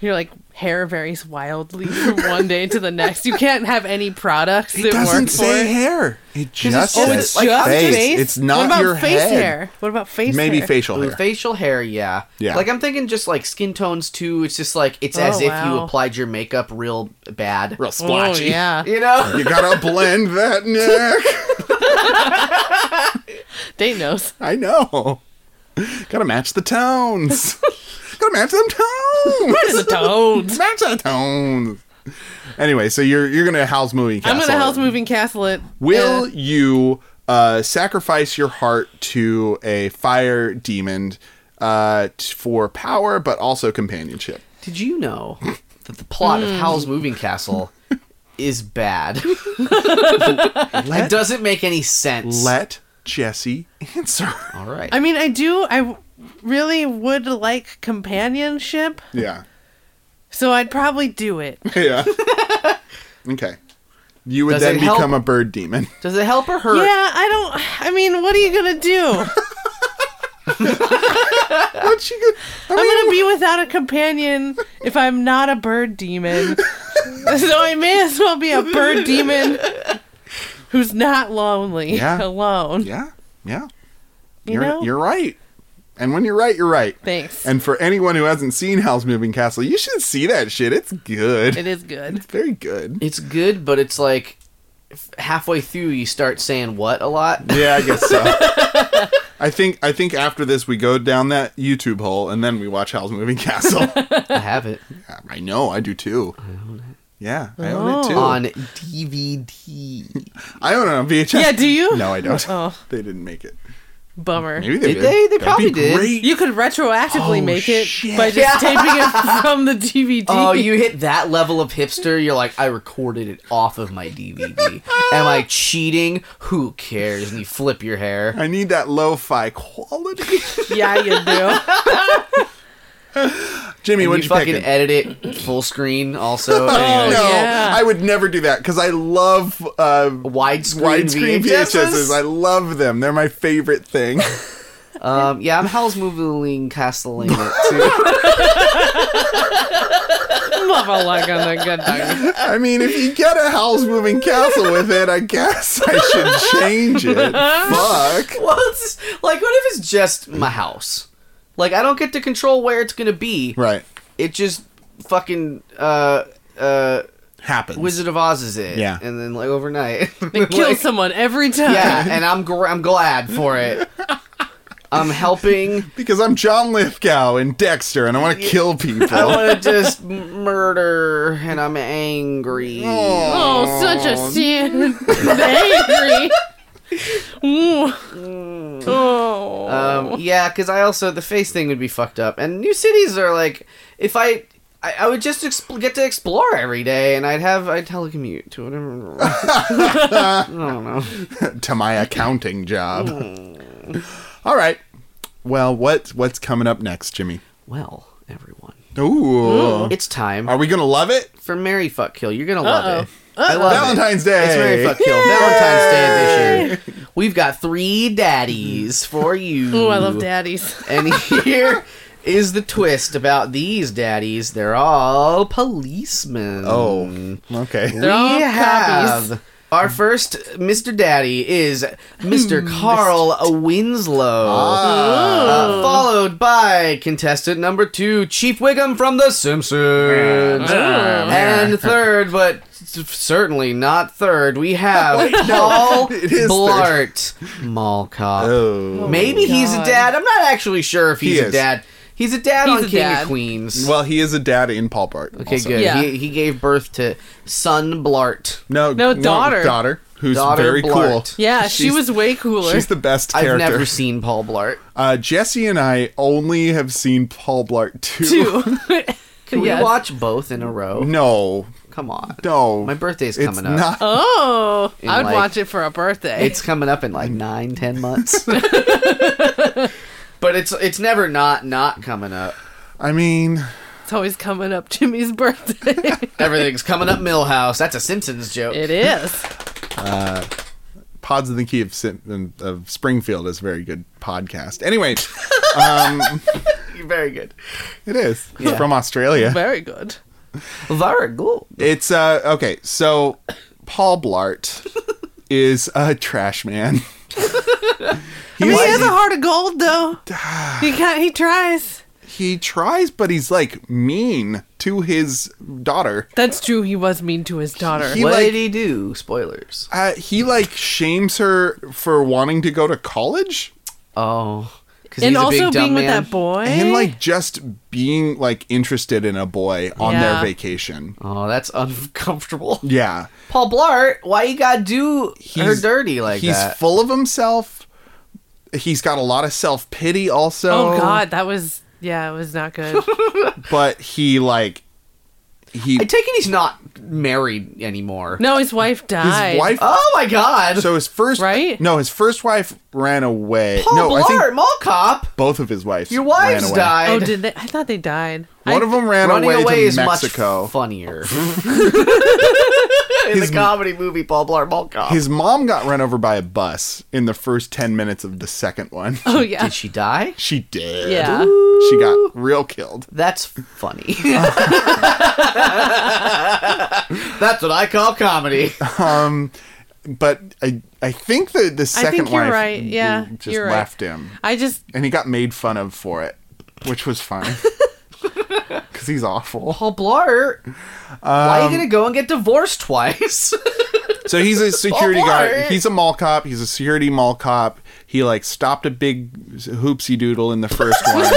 S3: Your like hair varies wildly from one day to the next. You can't have any products that work for it.
S1: hair. It
S4: it's
S1: just
S4: just-
S3: Oh,
S1: says
S3: it's
S4: Like,
S3: just
S1: face.
S3: face.
S1: It's not
S3: what about
S1: your
S3: face
S1: head.
S3: hair. What about face
S1: maybe
S3: hair?
S1: facial
S4: Ooh,
S1: hair.
S4: facial hair, yeah.
S1: Yeah.
S4: Like I'm thinking just like skin tones too. It's just like it's
S3: Oh,
S4: as if you
S3: wow.
S4: applied your makeup real bad.
S1: Real
S3: Oh
S1: splotchy. (laughs)
S3: yeah,
S4: You know?
S1: You
S3: (laughs)
S1: gotta blend that neck.
S3: they knows.
S1: I know. Gotta match the
S3: (laughs)
S1: tones. gotta match them tones.
S3: The toads.
S1: match the tones. Anyway, so you're you're gonna house movie.
S3: I'm gonna
S1: castle
S3: house
S1: it.
S3: moving castle it.
S1: Will
S3: Yeah.
S1: you uh, sacrifice your heart to a fire demon uh, t- for power, but also
S3: (laughs)
S1: companionship?
S4: Did you know that the plot
S3: Hmm.
S4: of Howl's Moving Castle (laughs) is
S3: (laughs)
S4: bad? it doesn't make any sense.
S1: Let Jesse answer.
S4: All right.
S3: I mean, I do. I w- really would like companionship,
S1: yeah, (laughs)
S3: so I'd probably do it.
S1: yeah. okay, you would
S4: Does
S1: then
S4: it help?
S1: become a bird demon.
S4: Does it help or hurt?
S3: Yeah, I don't. I mean, what are you gonna do?
S1: What she could- I
S3: I'm
S1: mean,
S3: gonna be without a companion if I'm not a bird demon. (laughs) so I may as well be a bird demon who's not lonely
S1: Yeah.
S3: alone.
S1: yeah, yeah.
S3: You
S1: are
S3: know?
S1: you're right. And when you're right, you're right.
S3: Thanks.
S1: And for anyone who hasn't seen House Moving Castle, you should see that shit. It's good.
S3: it is good.
S1: Very good.
S4: It's good, but it's like f- halfway through you start saying what a lot.
S1: (laughs) Yeah, I guess so. I think I think after this we go down that YouTube hole and then we watch Howl's Moving Castle.
S4: I have it
S1: I know, I do too. Yeah, I own it too.
S4: on DVD.
S1: I own it on VHS.
S3: Yeah, do you?
S1: No, I don't.
S3: Oh.
S1: (laughs) They didn't make it.
S3: Bummer.
S1: Maybe they
S4: Did
S1: did.
S4: they? They
S1: That'd be
S4: probably did.
S1: Great.
S3: You could retroactively
S1: Oh,
S3: make it
S1: shit.
S3: by just taping it (laughs) from the DVD.
S1: (laughs)
S4: Oh, you hit that level of hipster, you're like, I recorded it off of my DVD. Am I cheating? Who cares? And you flip your hair.
S1: I need that lo-fi
S3: (laughs)
S1: quality.
S3: Yeah, you do.
S1: Jimmy,
S4: And
S1: what'd
S4: you
S1: you,
S4: fucking
S1: pick? (laughs)
S4: edit it full screen also.
S1: Oh,
S4: Anyway,
S1: no,
S3: yeah.
S1: I would never do that because I love uh,
S4: Widescreen,
S1: widescreen VHSs. I love them. They're my favorite thing.
S4: Um, yeah, I'm Hell's Moving Castle in
S1: (laughs)
S4: it
S3: (laughs) Love a luck on the
S1: (laughs)
S3: good time.
S1: I mean, if you get a house moving castle with it, I guess I should change it. Fuck. (laughs)
S4: too. well, it's just- like, what if it's just my house? Like, I don't get to control where it's gonna be.
S1: Right.
S4: It just fucking uh uh
S1: Happens.
S4: Wizard of Oz is it.
S1: Yeah.
S4: and then like overnight
S3: They
S4: (laughs)
S3: kill someone every
S1: (laughs)
S3: time.
S4: Yeah, and I'm gr- I'm glad for it. I'm helping.
S1: because I'm John Lithgow in Dexter and I want to kill
S4: I
S1: people.
S4: want to just m- murder, and I'm angry.
S3: Oh, such a sin.
S1: (laughs)
S3: Angry. Ooh.
S1: Mm.
S3: Oh.
S4: Um, yeah, because I also the face thing would be fucked up, and new cities are like if I. I, I would just exp- get to explore every day, and I'd have I'd telecommute to whatever. (laughs) I don't know.
S1: to my accounting job. (laughs) All right. Well, what what's coming up next, Jimmy?
S4: Well, everyone,
S1: Ooh.
S4: it's time
S1: Are we going to love it?
S4: for Mary Fuck Kill. You're gonna love it. I love
S1: Valentine's
S4: it.
S1: Day.
S4: It's Mary Fuck Kill. Valentine's Day edition. We've got three daddies for you.
S3: Ooh, I love daddies.
S4: And (laughs) here is the twist about these daddies. They're all policemen.
S1: Oh. (laughs) Okay.
S3: They're all
S4: we
S3: copies. Hmm,
S4: have our first Mr. Daddy is Mr. Carl Winslow,
S1: Ah.
S4: uh, followed by contestant number two, Chief Wiggum from The Simpsons, and third, but certainly not third, we
S3: (laughs)
S4: have Paul
S1: it is third.
S4: Blart, Mall Cop.
S1: Oh.
S4: Maybe he's a
S3: Oh God.
S4: dad. I'm not actually sure if he's
S1: He
S4: a
S1: is.
S4: dad. He's a dad on
S3: He's a
S4: King
S3: dad.
S4: of Queens.
S1: Well, he is a dad in Paul Bart.
S4: okay,
S1: also.
S4: good.
S3: Yeah.
S4: He, he gave birth to son Blart.
S1: No,
S3: No, daughter.
S1: daughter, who's
S4: Daughter
S1: very
S4: Blart.
S1: cool.
S3: Yeah, she
S1: She's-
S3: was way cooler.
S1: She's the best
S4: I've
S1: character.
S4: never seen Paul Blart.
S1: Uh, Jesse and I only have seen Paul Blart two.
S3: too. (laughs)
S4: Can
S3: Yes.
S4: we watch both in a row?
S1: (laughs) No,
S4: Come on.
S1: no.
S4: My birthday's
S1: It's
S4: coming up.
S1: not-
S3: Oh,
S4: In,
S3: I would
S4: like-
S3: watch it for a birthday.
S4: It's coming up in like nine, ten
S1: (laughs)
S4: months. but it's it's never not not coming up.
S1: I mean,
S3: It's always coming up Jimmy's birthday.
S4: Everything's coming up Millhouse. That's a Simpsons joke.
S3: it is.
S1: Pods in the Key of, Sim- of Springfield is a very good podcast. Anyway, um,
S4: Very good.
S1: it is. It's
S4: Yeah.
S1: from Australia.
S3: Very good.
S4: Very good.
S1: It's uh okay. So Paul Blart is a trash man. (laughs)
S3: I
S1: He's-
S3: mean, he has a heart of gold, though. he got, he tries.
S1: he tries, but he's like mean to his daughter.
S3: That's true. He was mean to his daughter.
S1: He
S4: what
S1: like-
S4: did he do? Spoilers.
S1: Uh, he like shames her for wanting to go to college
S4: Oh, because
S3: and also being with that boy.
S1: and like just being like interested in a boy on
S3: Yeah.
S1: their vacation.
S4: Oh, that's (laughs) uncomfortable.
S1: Yeah,
S4: Paul Blart, why you gotta do her
S1: He's-
S4: dirty like
S1: he's
S4: that?
S1: full of himself. He's got a lot of self pity also.
S3: oh God, that was yeah, it was not good.
S1: But he like he
S4: I take it he's not married anymore.
S3: no, his wife died.
S1: his wife
S4: Oh my god.
S1: So his first
S3: Right?
S1: No, his first wife ran away.
S4: Paul
S1: no,
S4: Blart,
S1: I think
S4: mall cop.
S1: both of his wives.
S4: Your
S1: ran
S4: wives
S1: away.
S4: died.
S3: Oh, did they? I thought they died.
S1: One
S3: I-
S1: of them ran
S4: Running
S1: away,
S4: away,
S1: to
S4: is
S1: Mexico.
S4: much (laughs) funnier. In the comedy movie Paul Blart Mall Cop.
S1: his mom got run over by a bus in the first ten minutes of the second one.
S3: (laughs)
S1: (laughs)
S3: Oh yeah,
S4: Did she die?
S1: she did.
S3: yeah.
S1: She got real killed. (laughs)
S4: That's funny. (laughs) That's what I call comedy.
S1: But I, I think the the second
S3: think you're
S1: wife
S3: right. Yeah,
S1: just
S3: you're right.
S1: left him,
S3: I just
S1: and he got made fun of for it, which was fine (laughs) because he's awful.
S4: Paul Blart, why
S1: Um,
S4: are you gonna go and get divorced twice? (laughs)
S1: So he's a security
S4: Oh, boy.
S1: guard. He's a mall cop. He's a security mall cop. He like stopped a big hoopsie doodle in the
S3: (laughs)
S1: first one.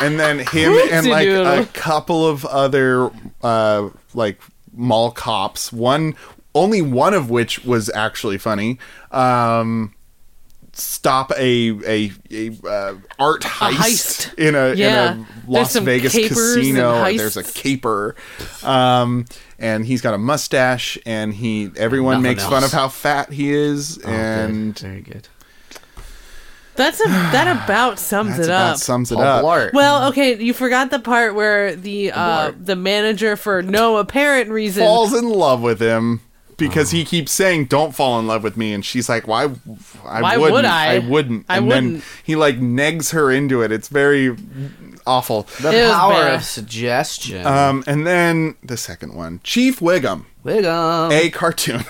S1: and then him and like
S3: Hoopsie-doodle.
S1: a couple of other uh like mall cops, one only one of which was actually funny. Um stop a a, a uh, art heist,
S3: heist.
S1: in a
S3: Yeah.
S1: in a
S3: There's
S1: Las
S3: some
S1: Vegas
S3: capers and
S1: casino. and There's a
S3: heists.
S1: caper, um, and he's got a mustache, and he everyone
S4: Nothing
S1: makes fun
S4: else.
S1: of how fat he is, and
S4: very good.
S3: that's a
S1: (sighs)
S3: that about sums
S1: that's
S3: it
S1: about
S3: up.
S1: sums it
S4: Paul
S1: up.
S4: Blart.
S3: well, okay, you forgot the part where the uh, the manager, for no apparent reason,
S1: Falls in love with him
S4: Oh.
S1: because he keeps saying, "Don't fall in love with me," and she's like, "Why? I
S3: Why would
S1: wouldn't.
S3: I?
S1: wouldn't."
S3: I
S1: and
S3: wouldn't.
S1: then he like negs her into it. It's very awful.
S4: The
S3: It was
S4: power
S3: bad.
S4: of suggestion.
S1: Um, and then the second one, Chief Wiggum,
S4: Wiggum.
S1: a cartoon.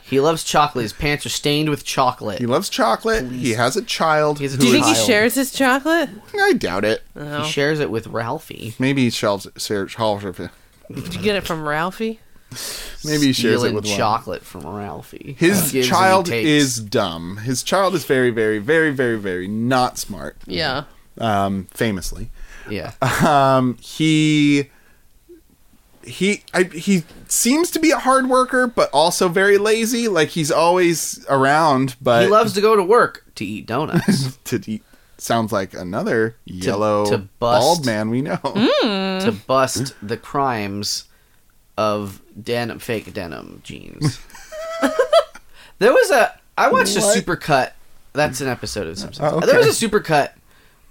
S1: (laughs)
S4: He loves chocolate. His pants are stained with chocolate.
S1: He loves chocolate. He has a child.
S4: He has a
S3: do you think he
S4: Child.
S3: shares his chocolate?
S1: I doubt it.
S4: He shares it with Ralphie.
S1: Maybe he shelves shares, shares-
S3: Did you get it from Ralphie?
S1: maybe he shares it
S4: Stealing
S1: with one.
S4: chocolate from Ralphie.
S1: His
S4: Gives and he
S1: child
S4: takes.
S1: is dumb. His child is very, very, very, very, very not smart.
S3: Yeah.
S1: Um, famously,
S4: yeah.
S1: um, he he I, he seems to be a hard worker, but also very lazy. Like he's always around, but
S4: he loves to go to work to eat donuts,
S1: to eat. Sounds like another yellow
S4: to bust. Hmm?
S1: bald man we know.
S4: to bust the crimes of denim, fake denim jeans. there was a. I watched
S1: What?
S4: a supercut. That's an episode of Simpsons.
S1: Oh, okay.
S4: There was a supercut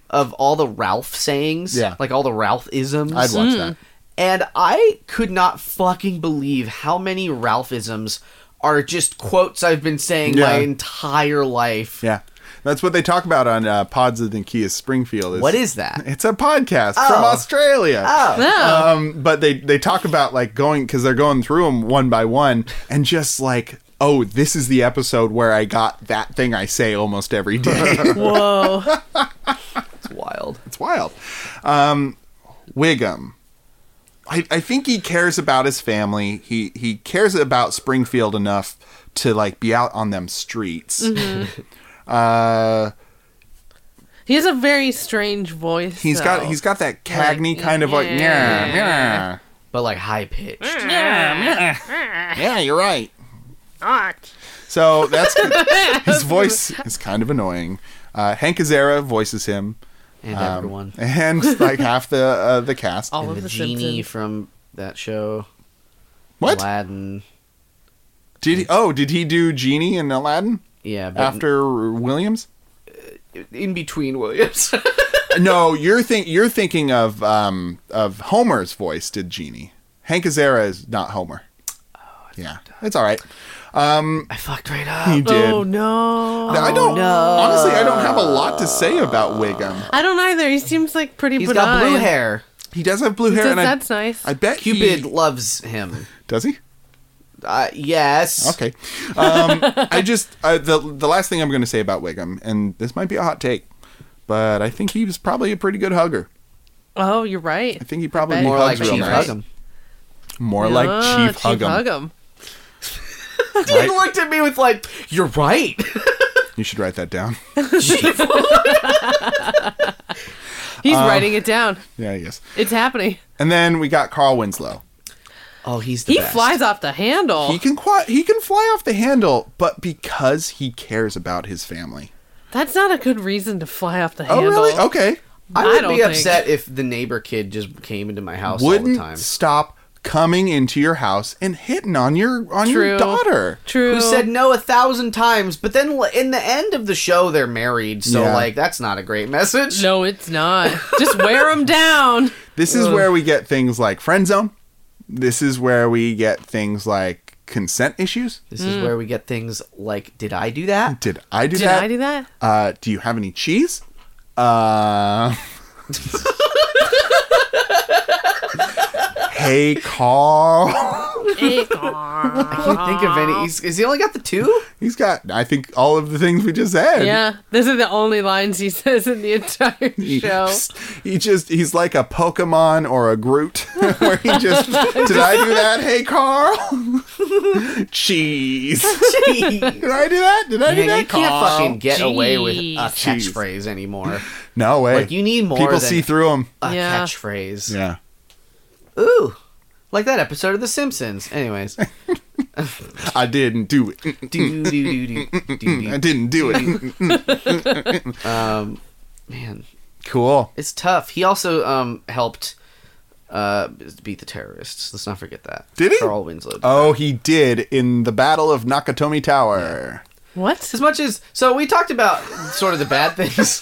S4: of all the Ralph sayings.
S1: Yeah.
S4: Like all the Ralph isms.
S1: I'd watch that.
S4: And I could not fucking believe how many Ralphisms are just quotes I've been saying my
S1: Yeah.
S4: entire life.
S1: Yeah, that's what they talk about on uh, Pods of the Kia Springfield.
S4: What
S1: (laughs)
S4: is that?
S1: It's a podcast from
S4: Oh.
S1: Australia.
S4: Oh.
S3: No.
S1: Um, but they they talk about like going because they're going through them one by one and just like oh this is the episode where I got that thing I say almost every
S3: (laughs)
S1: day. (laughs)
S3: Whoa.
S4: It's wild.
S1: it's wild. Um, Wiggum. I, I think he cares about his family. He he cares about Springfield enough to like be out on them streets. uh,
S3: He has a very strange voice.
S1: He's
S3: He's
S1: got he's got that cagney
S3: Like,
S1: kind of like yeah
S3: yeah.
S1: yeah
S4: but like high pitched.
S1: yeah yeah yeah. You're right. So (laughs) that's his voice is kind of annoying. Uh, Hank Azera voices him,
S4: And
S1: um,
S4: everyone.
S1: (laughs) and like half the uh, the cast.
S3: all
S4: and
S3: of
S4: the,
S3: the
S4: genie
S3: Simpsons.
S4: from that show.
S1: What
S4: Aladdin.
S1: did he? Oh, did he do Genie and Aladdin
S4: Yeah, but
S1: after Williams?
S4: in between Williams. (laughs)
S1: No, you're think you're thinking of um of Homer's voice did Genie. Hank Azera is not Homer.
S4: Oh,
S1: yeah, it's all right.
S4: I fucked right up.
S1: He did.
S3: Oh no!
S1: I don't honestly. I don't have a lot to say about Wiggum.
S3: I don't either. He seems like pretty.
S4: He's
S3: benign.
S4: got blue hair.
S1: He does have blue hair,
S3: That's,
S1: and I,
S3: that's nice.
S1: I bet he-
S4: Cupid loves him.
S1: does he.
S4: Uh, yes.
S1: Okay. Um, I just uh, the the last thing I'm going to say about Wiggum, and this might be a hot take, but I think he was probably a pretty good hugger.
S3: oh, you're right.
S1: I think he probably
S3: bet
S1: more
S4: More like
S1: hugs
S4: Chief
S1: real nice. (laughs)
S4: Huggum.
S1: More like
S3: Ah,
S1: Chief Huggum.
S3: Huggum.
S4: He looked at me with like, "You're right." (laughs)
S1: You should write that down. (laughs)
S3: He's
S1: Uh,
S3: writing it down.
S1: yeah, yes.
S3: It's happening.
S1: And then we got Carl Winslow.
S4: oh, he's the
S3: He
S4: best.
S3: flies off the handle.
S1: He can qui- he can fly off the handle, but because he cares about his family.
S3: That's not a good reason to fly off the
S1: Oh,
S3: handle.
S1: really? Okay.
S4: I
S3: I
S4: would
S3: don't
S4: be
S3: think-
S4: upset if the neighbor kid just came into my house all the
S1: Wouldn't
S4: time.
S1: stop coming into your house and hitting on your on your
S3: True.
S1: daughter.
S3: True.
S4: Who said no a thousand times, but then l- in the end of the show they're married. So
S1: Yeah.
S4: like, that's not a great message.
S3: No, it's not. Just wear him
S1: (laughs)
S3: down.
S1: This is where we get things like friend zone. This is where we get things like consent issues.
S4: This is where we get things like, "Did I do that?"
S1: Did I do
S3: Did
S1: that?
S3: I do that?
S1: Uh, do you have any cheese? Uh... (laughs) hey, Carl.
S4: I can't think of any. He's, has he only got the two?
S1: He's got, I think, all of the things we just said.
S3: yeah, those are the only lines he (laughs) says in the entire
S1: He,
S3: show.
S1: he just he's like a Pokemon or a Groot (laughs) where he
S3: (laughs)
S1: just did I do that? Hey Carl (laughs)
S3: (laughs)
S1: Cheese.
S4: Jeez.
S1: Did I do that? Did I do
S4: Man,
S1: that?
S4: you can't
S1: Carl?
S4: fucking get away with a
S1: Jeez.
S4: catchphrase anymore.
S1: No way.
S4: Like you need more
S1: People
S4: than
S1: see through him.
S4: a
S3: Yeah.
S4: catchphrase.
S1: Yeah.
S4: Ooh, like that episode of The Simpsons.
S1: (laughs)
S4: Anyways,
S1: I didn't do it. Mm,
S4: do do do do
S1: I
S4: do.
S1: didn't do it.
S4: do. Um, man,
S1: (laughs) cool.
S4: it's tough. He also um helped uh beat the terrorists. Let's not forget that.
S1: Did he?
S4: Carl Winslow.
S1: Oh, he did in the Battle of Nakatomi Tower.
S3: What?
S4: as much as so, we talked about sort of the
S1: (laughs)
S4: bad things.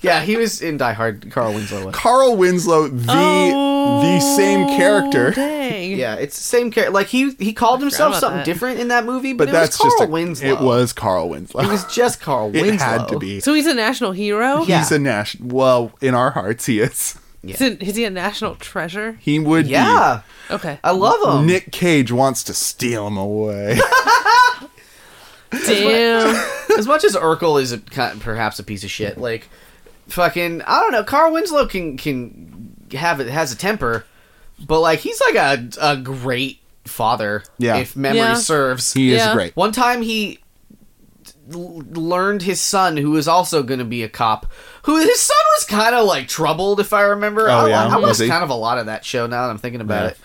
S4: yeah, he was in Die Hard. Carl Winslow. was.
S1: Carl Winslow, the the
S4: Oh,
S1: same character.
S3: Oh, Dang.
S4: Yeah, it's the same character. Like he he called himself
S3: about
S4: something
S3: that.
S4: different in that movie, but,
S1: But
S4: it
S1: that's
S4: was Carl
S1: just a,
S4: Winslow.
S1: It was Carl Winslow.
S4: It was just Carl
S1: (laughs)
S4: Winslow.
S1: It had to be.
S3: So he's a national hero.
S4: Yeah.
S1: He's a national. Well, in our hearts, he is.
S3: Is, it, is he a national treasure?
S1: He would
S4: Yeah,
S3: Okay.
S1: Uh,
S4: I love him.
S1: be. Nick Cage wants to steal him away. (laughs)
S3: Damn.
S4: (laughs) as much as Urkel is a, ki- perhaps a piece of shit, like fucking I don't know. Carl Winslow can can have it has a temper, but like he's like a a great father.
S1: Yeah.
S4: if memory
S3: Yeah.
S4: serves.
S1: he is
S3: Yeah.
S1: great.
S4: One time he l- learned his son, who was also going to be a cop, who his son was kind of like troubled, if I remember.
S1: Oh,
S4: I,
S1: yeah?
S4: I
S1: Was
S4: watched
S1: he?
S4: kind of a lot of that show now that I'm thinking about
S1: Yeah.
S4: it.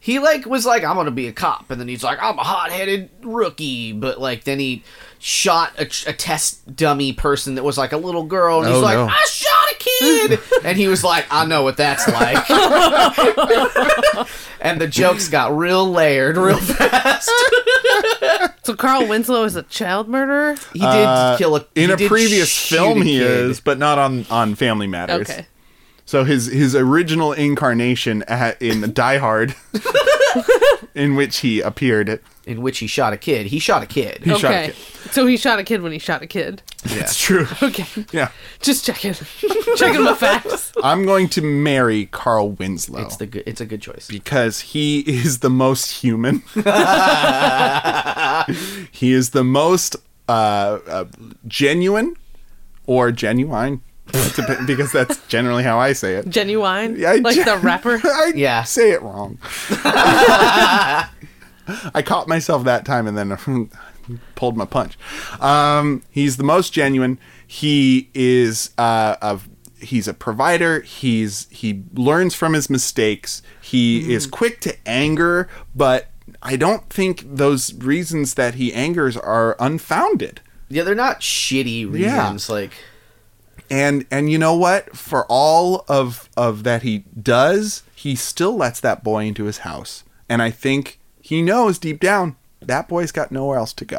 S4: He like was like, I'm going to be a cop, and then he's like, I'm a hot headed rookie, but like then he shot a, tr- a test dummy person that was like a little girl, and he's
S1: Oh,
S4: like,
S1: no.
S4: I shot a
S1: (laughs)
S4: kid, and he was like, I know what that's like. (laughs) and the jokes got real
S1: (laughs)
S4: layered real fast.
S3: so Carl Winslow is a child murderer.
S4: He did
S1: Uh,
S4: kill a
S1: in
S4: he
S1: a
S4: did
S1: previous
S4: shoot
S1: film
S4: a
S1: he
S4: kid.
S1: is, but not on on Family Matters.
S3: Okay.
S1: So his his original incarnation at, in Die Hard, in which he appeared.
S4: in which he shot a kid. He shot a kid.
S1: He
S3: okay.
S1: shot a kid.
S3: So he shot a kid when he shot a kid. (laughs)
S1: That's true.
S3: Okay.
S1: Yeah,
S3: Just checking. checking my facts.
S1: I'm going to marry Carl Winslow
S4: It's the good, it's a good choice.
S1: because he is the most
S4: (laughs)
S1: human. he is the most uh, uh, genuine or genuine, dep- because that's generally how I say it.
S3: Genuine.
S1: Yeah, I
S3: like
S1: gen-
S3: the
S1: (laughs)
S3: rapper.
S1: I
S4: Yeah.
S1: say it wrong. I caught myself that time, and then (laughs) pulled my punch. Um, he's the most genuine. He is uh, a he's a provider. He's he learns from his mistakes. He is quick to anger, but I don't think those reasons that he angers are unfounded.
S4: Yeah, they're not shitty
S1: Yeah.
S4: reasons. Like,
S1: And and you know what? For all of of that he does, he still lets that boy into his house. And I think he knows deep down that boy's got nowhere else to go.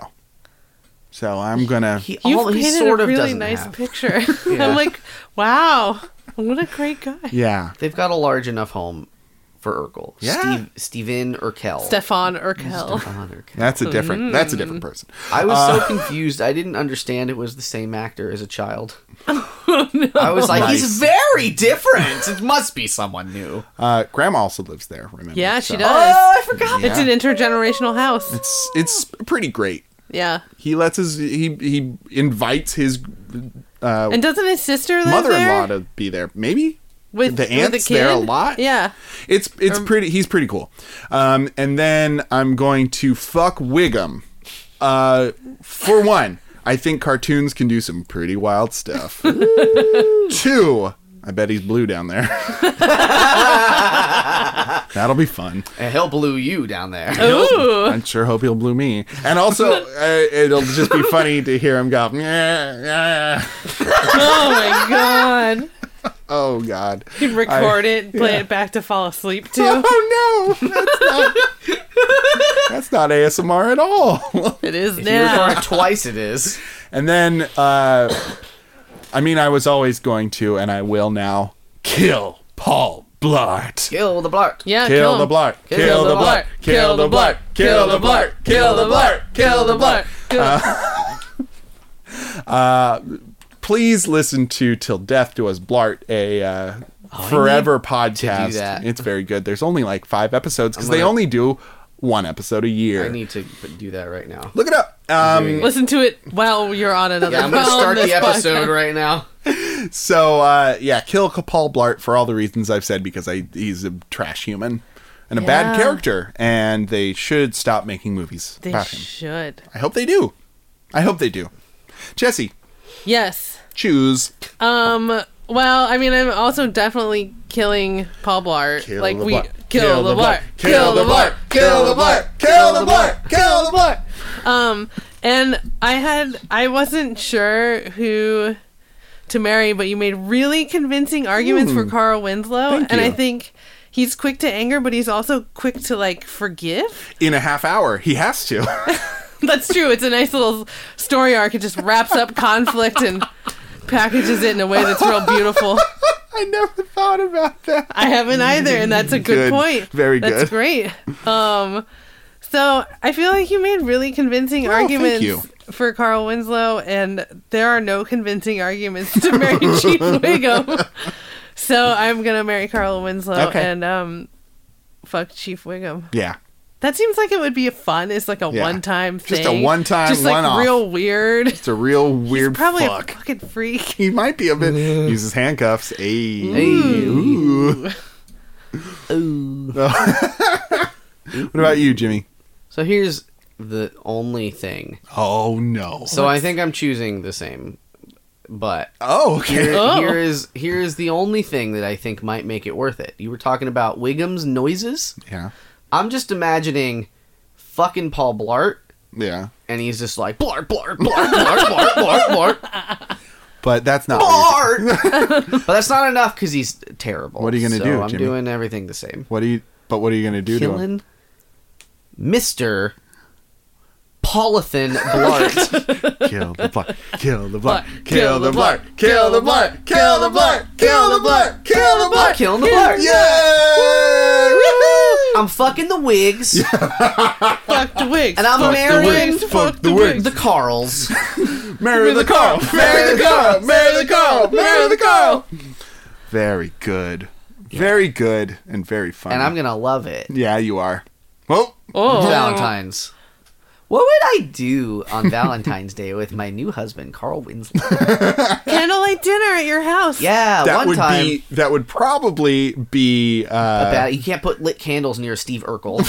S1: So I'm gonna
S4: he,
S3: You've
S4: all, he
S3: painted
S4: sort
S3: a
S4: of
S3: really
S4: doesn't
S3: nice
S1: (laughs)
S4: have.
S3: picture. (laughs) I'm like, wow, what a great guy.
S1: Yeah.
S4: They've got a large enough home for Urkel.
S1: Yeah.
S4: Steve, Steven Urkel.
S3: Stefan Urkel.
S4: Stefan Urkel.
S1: That's a different that's a
S3: Mm.
S1: different person.
S4: I was
S1: Uh,
S4: so confused. I didn't understand it was the same actor as a child.
S3: (laughs) Oh,
S4: I was like,
S1: Nice.
S4: he's very different. It must be someone new.
S1: Uh grandma also lives there, remember.
S3: Yeah, she
S1: so-
S3: does.
S4: Oh, I forgot.
S3: It's an intergenerational house.
S1: It's it's pretty great.
S3: yeah.
S1: He lets his he he invites his uh
S3: And doesn't his sister live
S1: mother-in-law
S3: there?
S1: to be there. Maybe
S3: With
S1: the
S3: with
S1: aunt's there a
S3: kid?
S1: lot.
S3: Yeah.
S1: It's it's pretty. He's pretty cool. Um, and then I'm going to fuck Wiggum. Uh, for one, I think cartoons can do some pretty wild stuff. Two, I bet he's blue down there. That'll be fun.
S4: And he'll blue you down
S3: Oh,
S4: there.
S3: Ooh.
S1: I sure hope he'll blue me. And also, uh, it'll just be funny to hear him go. "Nyeh, nyeh."
S3: Oh my god.
S1: Oh God.
S3: You record it, play it back to fall asleep
S1: (laughs)
S3: to.
S1: Oh no, that's not, that's not ASMR at all.
S3: It is
S4: You
S3: now.
S4: record it twice, it is.
S1: And then, uh, I mean, I was always going to, and I will now kill Paul Blart.
S4: Kill the blart.
S3: Yeah,
S1: Kill,
S3: kill him.
S1: the Blart. Kill the Blart. Kill the Blart. Kill the Blart. Kill the Blart. Kill the Blart.
S3: Kill-
S1: Uh, Please listen to Till Death Do Us Blart, a uh, forever podcast.
S4: that.
S1: It's very good. There's only like five episodes because they
S4: gonna-
S1: only do one episode a year.
S4: I need to p- do that right now.
S1: Look it up. Um,
S3: Listen to it while you're on another.
S4: Yeah, I'm going to
S3: (laughs) on
S4: start
S3: this
S4: the episode
S3: podcast.
S4: right now.
S1: so uh, yeah, kill Paul Blart for all the reasons I've said because I he's a trash human and a bad
S3: Yeah.
S1: character, and they should stop making movies
S3: They
S1: about him.
S3: should.
S1: I hope they do. I hope they do. Jesse,
S3: Yes.
S1: choose.
S3: Um. Well, I mean, I'm also definitely killing Paul Blart.
S1: Kill
S3: like
S1: the
S3: we
S1: Blart.
S3: kill, the Blart. Kill the Blart.
S1: Kill the Blart. Kill the Blart. Kill the Blart.
S3: Um. And I had I wasn't sure who to marry, but you made really convincing arguments for Carl Winslow,
S1: Hmm. Thank
S3: and
S1: you.
S3: I think he's quick to anger, but he's also quick to like forgive. (laughs)
S1: In a half hour, he has to.
S3: That's true. It's a nice little story arc. It just wraps up conflict and packages it in a way that's real beautiful.
S1: I never thought about that.
S3: I haven't either, and that's a good,
S1: Good.
S3: point.
S1: Very good.
S3: That's great. Um, so I feel like you made really convincing
S1: Oh, thank
S3: arguments
S1: you.
S3: for Carl Winslow, and there are no convincing arguments to marry (laughs) Chief Wiggum. So I'm gonna marry Carl Winslow
S1: Okay.
S3: and um, fuck Chief Wiggum.
S1: Yeah.
S3: That seems like it would be a fun. It's like a
S1: Yeah.
S3: one-time thing.
S1: Just a one-time,
S3: Just like
S1: one-off.
S3: real weird.
S1: It's a real weird
S3: Probably
S1: fuck.
S3: a fucking freak.
S1: He might be a bit. Uses handcuffs. Ayy.
S3: Hmm.
S1: Ooh. (laughs) What about you, Jimmy?
S4: So here's the only thing.
S1: Oh no.
S4: So I think I'm choosing the same, but
S1: Oh, okay.
S4: here,
S3: Oh.
S4: here is here is the only thing that I think might make it worth it. You were talking about Wiggum's noises.
S1: Yeah.
S4: I'm just imagining fucking Paul Blart,
S1: Yeah.
S4: and he's just like Blart, Blart, Blart, Blart, Blart, Blart, Blart,
S1: But that's not. what you're- (laughs)
S4: Blart. but that's not enough because he's terrible.
S1: What are you gonna
S4: So
S1: do,
S4: I'm
S1: Jimmy?
S4: doing everything the same.
S1: What are you? But what are you gonna do to him?
S4: Killing Mister Polythene Blart.
S3: (laughs)
S1: Kill the (laughs) block. Kill the block.
S3: Kill the block.
S1: Kill the block. Kill the block. Kill the block. Kill the block.
S4: Killing the Blart.
S1: Yeah!
S4: I'm fucking the Wigs.
S3: Fuck the wigs.
S4: And I'm
S3: fuck
S4: marrying-
S3: The wigs.
S1: Fuck
S3: Fuck
S1: the
S3: the
S1: wigs.
S3: wigs.
S4: The Carls.
S1: Marry the Carl. Marry the (laughs) Carl. Marry the Carl. Marry the Carl. Very good. Very good and very funny.
S4: and I'm gonna love it.
S1: Yeah, you are. Well,
S3: Oh.
S4: Valentine's.
S2: What
S4: would I do on Valentine's Day with my new husband,
S1: (laughs)
S4: Carl Winslow?
S3: Candlelight dinner at your house.
S4: Yeah,
S1: that
S4: one
S1: would
S4: time.
S1: be that would probably be uh,
S4: bad- you can't put lit candles near Steve
S3: (laughs)
S4: Urkel.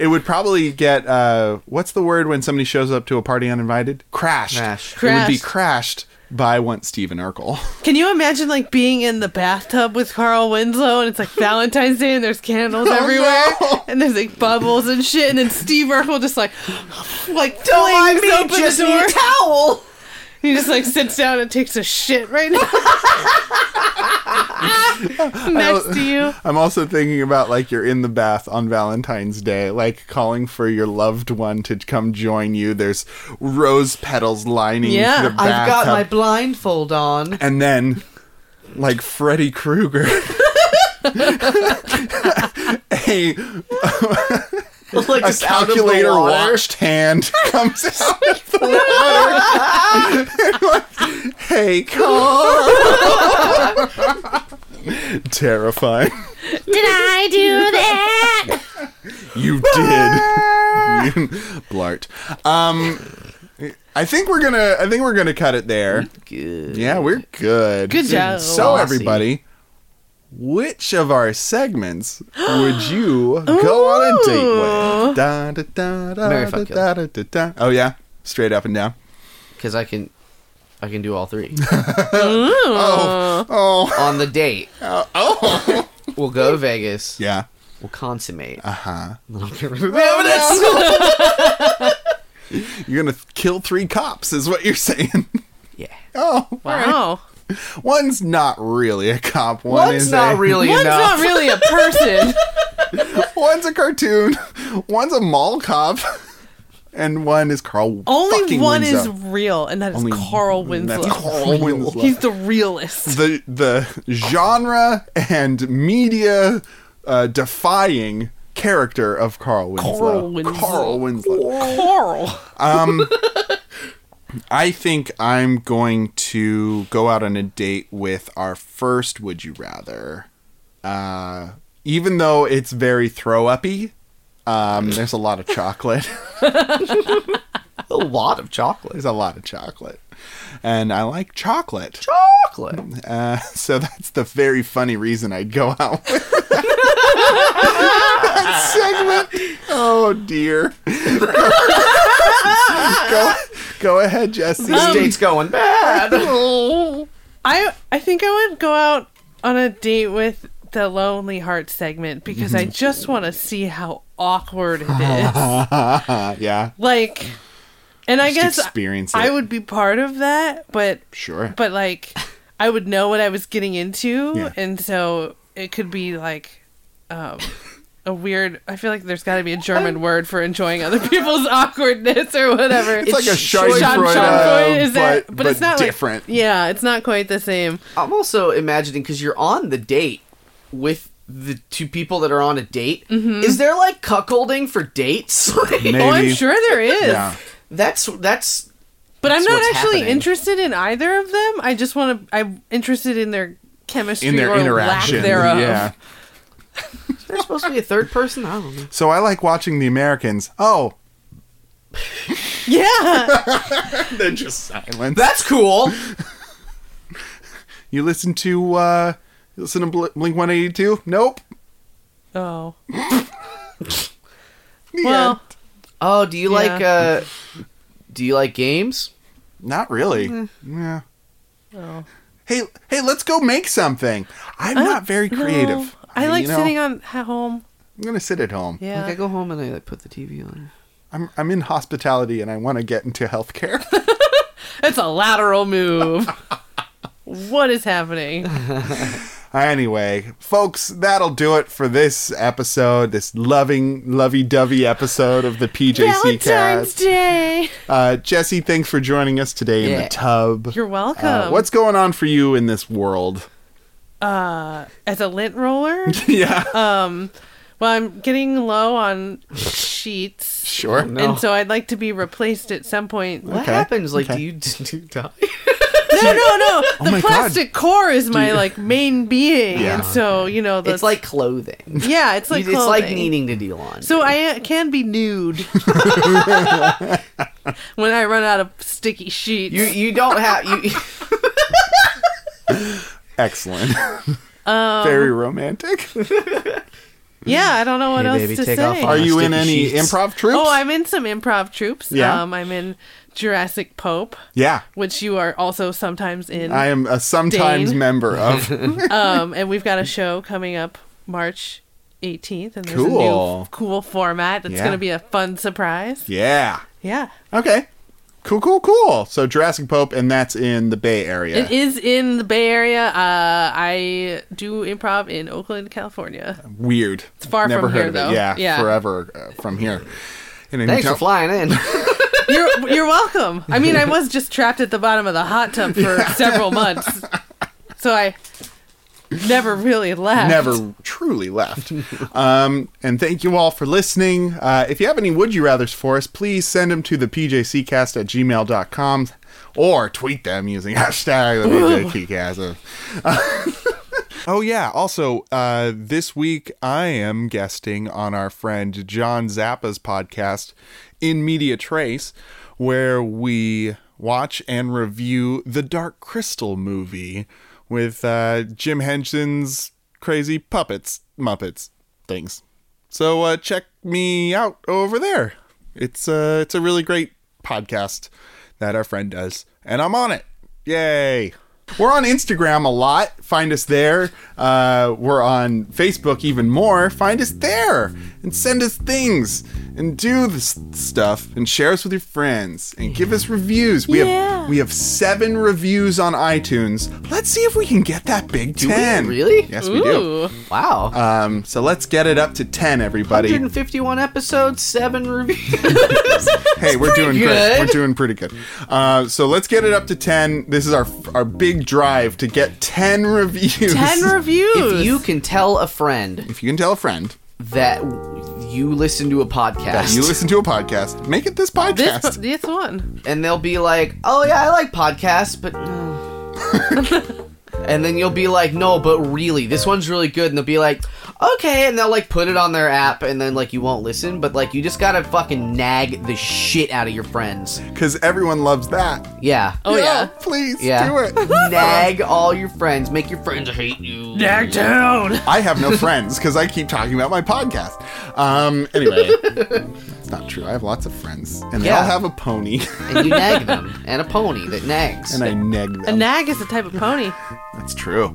S1: it would probably get uh, what's the word when somebody shows up to a party uninvited? Crashed.
S4: Crashed.
S1: It would be
S3: Crashed.
S1: crashed by one Steven Urkel. (laughs)
S3: Can you imagine like being in the bathtub with Carl Winslow and
S1: (laughs)
S3: it's like Valentine's Day and there's candles everywhere
S1: Oh, no.
S3: and there's like bubbles and shit and then Steve Urkel just like (sighs) like do
S4: I mean,
S3: open
S4: just
S3: the
S4: need
S3: door.
S4: a towel.
S3: He just like sits down and takes a shit
S1: (laughs)
S3: right now. Next
S1: (laughs)
S3: to you.
S1: I'm also thinking about like you're in the bath on Valentine's Day, like calling for your loved one to come join you. There's rose petals lining
S3: Yeah,
S1: the
S3: I've
S1: bathtub,
S4: I've got my blindfold on.
S1: and then like Freddy Krueger. (laughs) a, (laughs)
S4: Like
S1: a
S4: just out of the
S1: calculator
S4: water.
S1: washed hand (laughs) comes out of the water. (laughs) hey, Carl. Terrifying.
S3: Did I do that?
S1: You
S4: (laughs)
S1: did. You- (laughs) Blart. Um I think we're gonna I think we're gonna cut it there.
S4: Good.
S1: Yeah, we're good.
S3: Good job.
S1: So
S4: Saucy.
S1: everybody, which of our segments would you go on a date with? Da, da, da, da,
S4: Mary
S1: da,
S4: fuck
S1: da, da, da, da. Oh yeah? Straight up and down.
S4: Because I can, I can do all three (laughs)
S3: Uh.
S1: Oh, oh,
S4: on the date. Oh. we'll go to Vegas.
S1: yeah.
S4: We'll consummate.
S1: Uh-huh.
S4: I'll get rid of the evidence.
S1: You're gonna kill three cops, is what you're (laughs) saying.
S4: Yeah.
S1: Oh,
S3: Wow.
S1: one's not really a cop. One
S4: One's
S1: is
S4: not
S1: a-
S4: really
S3: One's
S4: enough.
S3: not really
S1: (laughs)
S3: a person.
S1: One's a cartoon, one's a mall cop, (laughs) and one is Carl.
S3: Only
S1: fucking
S3: one
S1: Winslow.
S3: is real, and that is
S1: Only-
S3: Carl Winslow.
S1: That's Carl Winslow.
S3: (laughs) He's the
S1: (laughs)
S3: realist.
S1: the the genre and media uh, defying character of Carl Winslow.
S3: Carl Winslow.
S1: Carl Winslow.
S3: Carl.
S1: I think I'm going to go out on a date with our first Would You Rather. Uh, even though it's very throw uppy, um, there's a lot of chocolate. (laughs)
S4: (laughs) a lot of chocolate.
S1: there's a lot of chocolate. And I like chocolate.
S4: Chocolate.
S1: Uh, (laughs) so that's the very funny reason I'd go out with that segment. Oh dear. (laughs) go, go ahead, Jesse.
S4: This date's going bad.
S3: I I think I would go out on a date with the Lonely Heart segment because
S1: Mm-hmm.
S3: I just want to see how awkward
S1: (laughs)
S3: it is.
S1: Uh, yeah,
S3: Like, and I
S1: just
S3: guess
S1: experience it.
S3: I would be part of that, but
S1: sure.
S3: but like I would know what I was getting into,
S1: Yeah.
S3: and so it could be like um, a weird. I feel like there's got to be a German word for enjoying other people's (laughs) awkwardness or whatever.
S1: it's, like a
S3: Schaden-
S1: Schadenfreude,
S3: Schadenfreude,
S1: but,
S3: that-
S1: but, it's not
S3: (laughs)
S1: different.
S3: Like, yeah, it's not quite the same.
S4: I'm also imagining because you're on the date with the two people that are on a date. Is there like cuckolding for dates? (laughs) Like,
S1: Maybe.
S3: Oh, I'm sure there is.
S1: Yeah.
S4: that's that's
S3: But I'm
S4: That's
S3: not
S4: what's
S3: actually
S4: happening.
S3: interested in either of them. I just want to. I'm interested in their chemistry
S1: In their
S3: or
S1: interaction.
S3: lack thereof.
S1: Yeah.
S4: there's supposed to be a third person. I don't know.
S1: So I like watching the Americans. Oh,
S3: (laughs) Yeah.
S1: they're just silent.
S4: That's cool.
S1: you listen to uh you listen to Bl- Blink 182? Nope. (laughs)
S3: oh.
S1: The end.
S3: Well,
S4: Oh, do you
S3: Yeah.
S4: like uh do you like games?
S1: Not really. Yeah.
S3: Mm. Oh.
S1: Hey, hey, let's go make something. I'm not very creative.
S3: no. I like
S1: you know,
S3: sitting on at home.
S1: I'm gonna sit at home.
S3: Yeah.
S4: Like I go home and I like put the TV on.
S1: I'm I'm in hospitality and I want to get into healthcare.
S3: That's a lateral move. what
S1: (laughs)
S3: is happening?
S1: anyway, folks, that'll do it for this episode. This loving, lovey-dovey episode of the PJC cast.
S3: Day.
S1: Uh, Jesse, thanks for joining us today in the
S4: Yeah.
S1: tub.
S3: You're welcome.
S1: Uh, what's going on for you in this world? (laughs)
S3: uh as a lint roller?
S1: yeah,
S3: um well, I'm getting low on sheets.
S1: sure.
S4: No.
S3: And so I'd like to be replaced at some point.
S4: What
S1: Okay.
S4: (laughs) happens? Like,
S1: Okay.
S4: do you do you die?
S3: No,
S4: (laughs)
S3: no, no.
S4: Oh
S3: The
S1: my God.
S3: plastic core is my like main being,
S1: Yeah.
S3: and so you know, the,
S4: It's like clothing.
S3: yeah, it's
S4: (laughs)
S3: like
S4: it's like
S3: clothing.
S4: needing to deal on.
S3: So I uh, can
S4: (laughs)
S3: be nude when I run out of sticky sheets.
S4: you you don't have (laughs) you.
S1: Excellent.
S3: (laughs) Um,
S1: Very romantic.
S3: yeah, I don't know what
S4: Hey,
S3: else
S4: baby,
S3: to
S4: take
S3: say.
S4: off all
S1: Are you in
S4: Sticky
S1: any
S4: sheets.
S1: improv troops?
S3: Oh, I'm in some improv troops.
S1: Yeah.
S3: Um, I'm in Jurassic Pope,
S1: yeah.
S3: which you are also sometimes in.
S1: I am a sometimes
S3: Dane.
S1: member
S3: (laughs)
S1: of.
S3: um, and we've got a show coming up March 18th, and there's a new
S1: Cool.
S3: f- cool format that's
S1: Yeah.
S3: going to be a fun surprise.
S1: yeah.
S3: Yeah.
S1: Okay. Cool, cool, cool. So Jurassic Pope, and that's in the Bay Area.
S3: It is in the Bay Area. Uh, I do improv in Oakland, California.
S1: Weird. It's
S3: far
S1: Never
S3: from
S1: heard
S3: here,
S1: of
S3: though.
S1: It. Yeah,
S3: Yeah.
S1: forever uh, from here. And then you
S4: Thanks for
S1: tell-
S4: flying in.
S1: (laughs)
S3: You're you're welcome. I mean, I was just trapped at the bottom of the hot tub for several months, so I never really left.
S1: never truly left. um, and thank you all for listening. Uh, if you have any would you rathers for us, please send them to the pjccast at gmail.com or tweet them using (laughs) hashtag the
S3: (laughs)
S1: PJCcast. Oh yeah. Also, uh, this week I am guesting on our friend John Zappa's podcast, In Media Trace, where we watch and review the Dark Crystal movie with uh, Jim Henson's crazy puppets, Muppets things. So uh, check me out over there. It's uh, it's a really great podcast that our friend does, and I'm on it. Yay! We're on Instagram a lot. Find us there. Uh, we're on Facebook even more. Find us there and send us things and do this stuff and share us with your friends and give us reviews. We
S3: Yeah.
S1: have we have seven reviews on iTunes. Let's see if we can get that big
S4: we
S1: ten.
S4: really?
S1: Yes, we do.
S3: Ooh,
S4: Wow.
S1: Um, so let's get it up to 10, everybody.
S4: 151 episodes, seven reviews.
S1: Hey, we're doing great.
S4: good.
S1: We're doing pretty good. Uh, so let's get it up to 10. This is our our big drive to get 10 (laughs) reviews.
S3: ten
S4: if
S3: reviews.
S4: you can tell a friend
S1: If you can tell a friend
S4: that you listen to a
S1: that
S4: podcast,
S1: you listen to a podcast, make it this podcast.
S3: this this one.
S4: and they'll be like, "Oh yeah, I like podcasts," but.
S3: (laughs)
S4: And then you'll be like, no, but really, this one's really good. And they'll be like, okay. And they'll like put it on their app, and then like you won't listen, but like you just gotta fucking nag the shit out of your friends.
S1: Because everyone loves that.
S4: Yeah.
S3: Oh yeah.
S1: (laughs) Please
S4: Yeah.
S1: do it.
S4: (laughs) nag all your friends. Make your friends hate you.
S3: Nag down.
S1: I have no friends because I keep talking about my podcast. Um, anyway, it's not true. I have lots of friends, and they
S4: Yeah.
S1: all have a pony, (laughs)
S4: And you nag
S3: (laughs)
S4: them. And a pony that nags.
S1: and I neg
S3: A
S1: them.
S3: nag is a type of pony.
S1: That's true.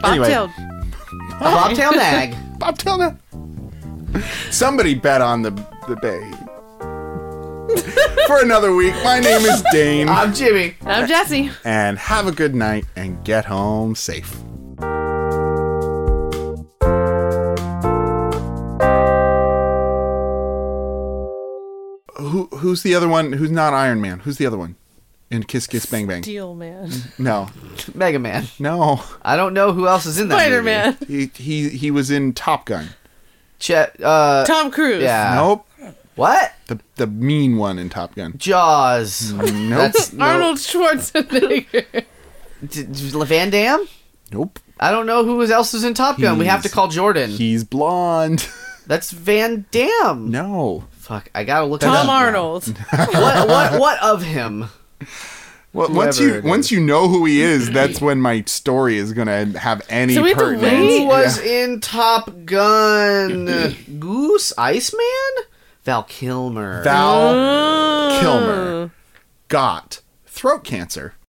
S3: Bobtailed.
S4: A bobtail
S1: (laughs)
S4: nag.
S1: Bob Dylan. Somebody bet on the the bay. For another week, my name is Dane,
S4: I'm Jimmy.
S3: I'm Jesse.
S1: and have a good night and get home safe. Who who's the other one? Who's not Iron Man? Who's the other one? In Kiss Kiss Bang Bang.
S3: Deal man.
S1: No,
S4: Mega Man.
S1: no.
S4: I don't know who else is in that.
S3: Spider Man.
S1: He he he was in Top Gun.
S4: Ch- uh,
S3: Tom Cruise.
S4: yeah.
S1: nope.
S4: What?
S1: The the mean one in Top Gun.
S4: Jaws.
S1: Nope.
S4: That's no.
S3: Arnold Schwarzenegger.
S4: D- d- Van Dam.
S1: nope.
S4: I don't know who else is in Top Gun. we have to
S1: He's-
S4: call Jordan.
S1: He's blonde.
S4: That's Van
S1: (laughs)
S4: Dam.
S1: No.
S4: Fuck. I gotta look. (laughs)
S3: Tom
S4: Tom. Up.
S3: Arnold.
S4: what? What? What of him?
S1: Well, once
S4: Whoever
S1: you
S4: it
S1: once you know who he is, that's when my story is gonna have any
S3: So we have to
S1: pertinence.
S3: wait?
S4: Who was in Top Gun? Goose. Iceman. Val Kilmer.
S1: Val
S3: Oh.
S1: Kilmer got throat cancer.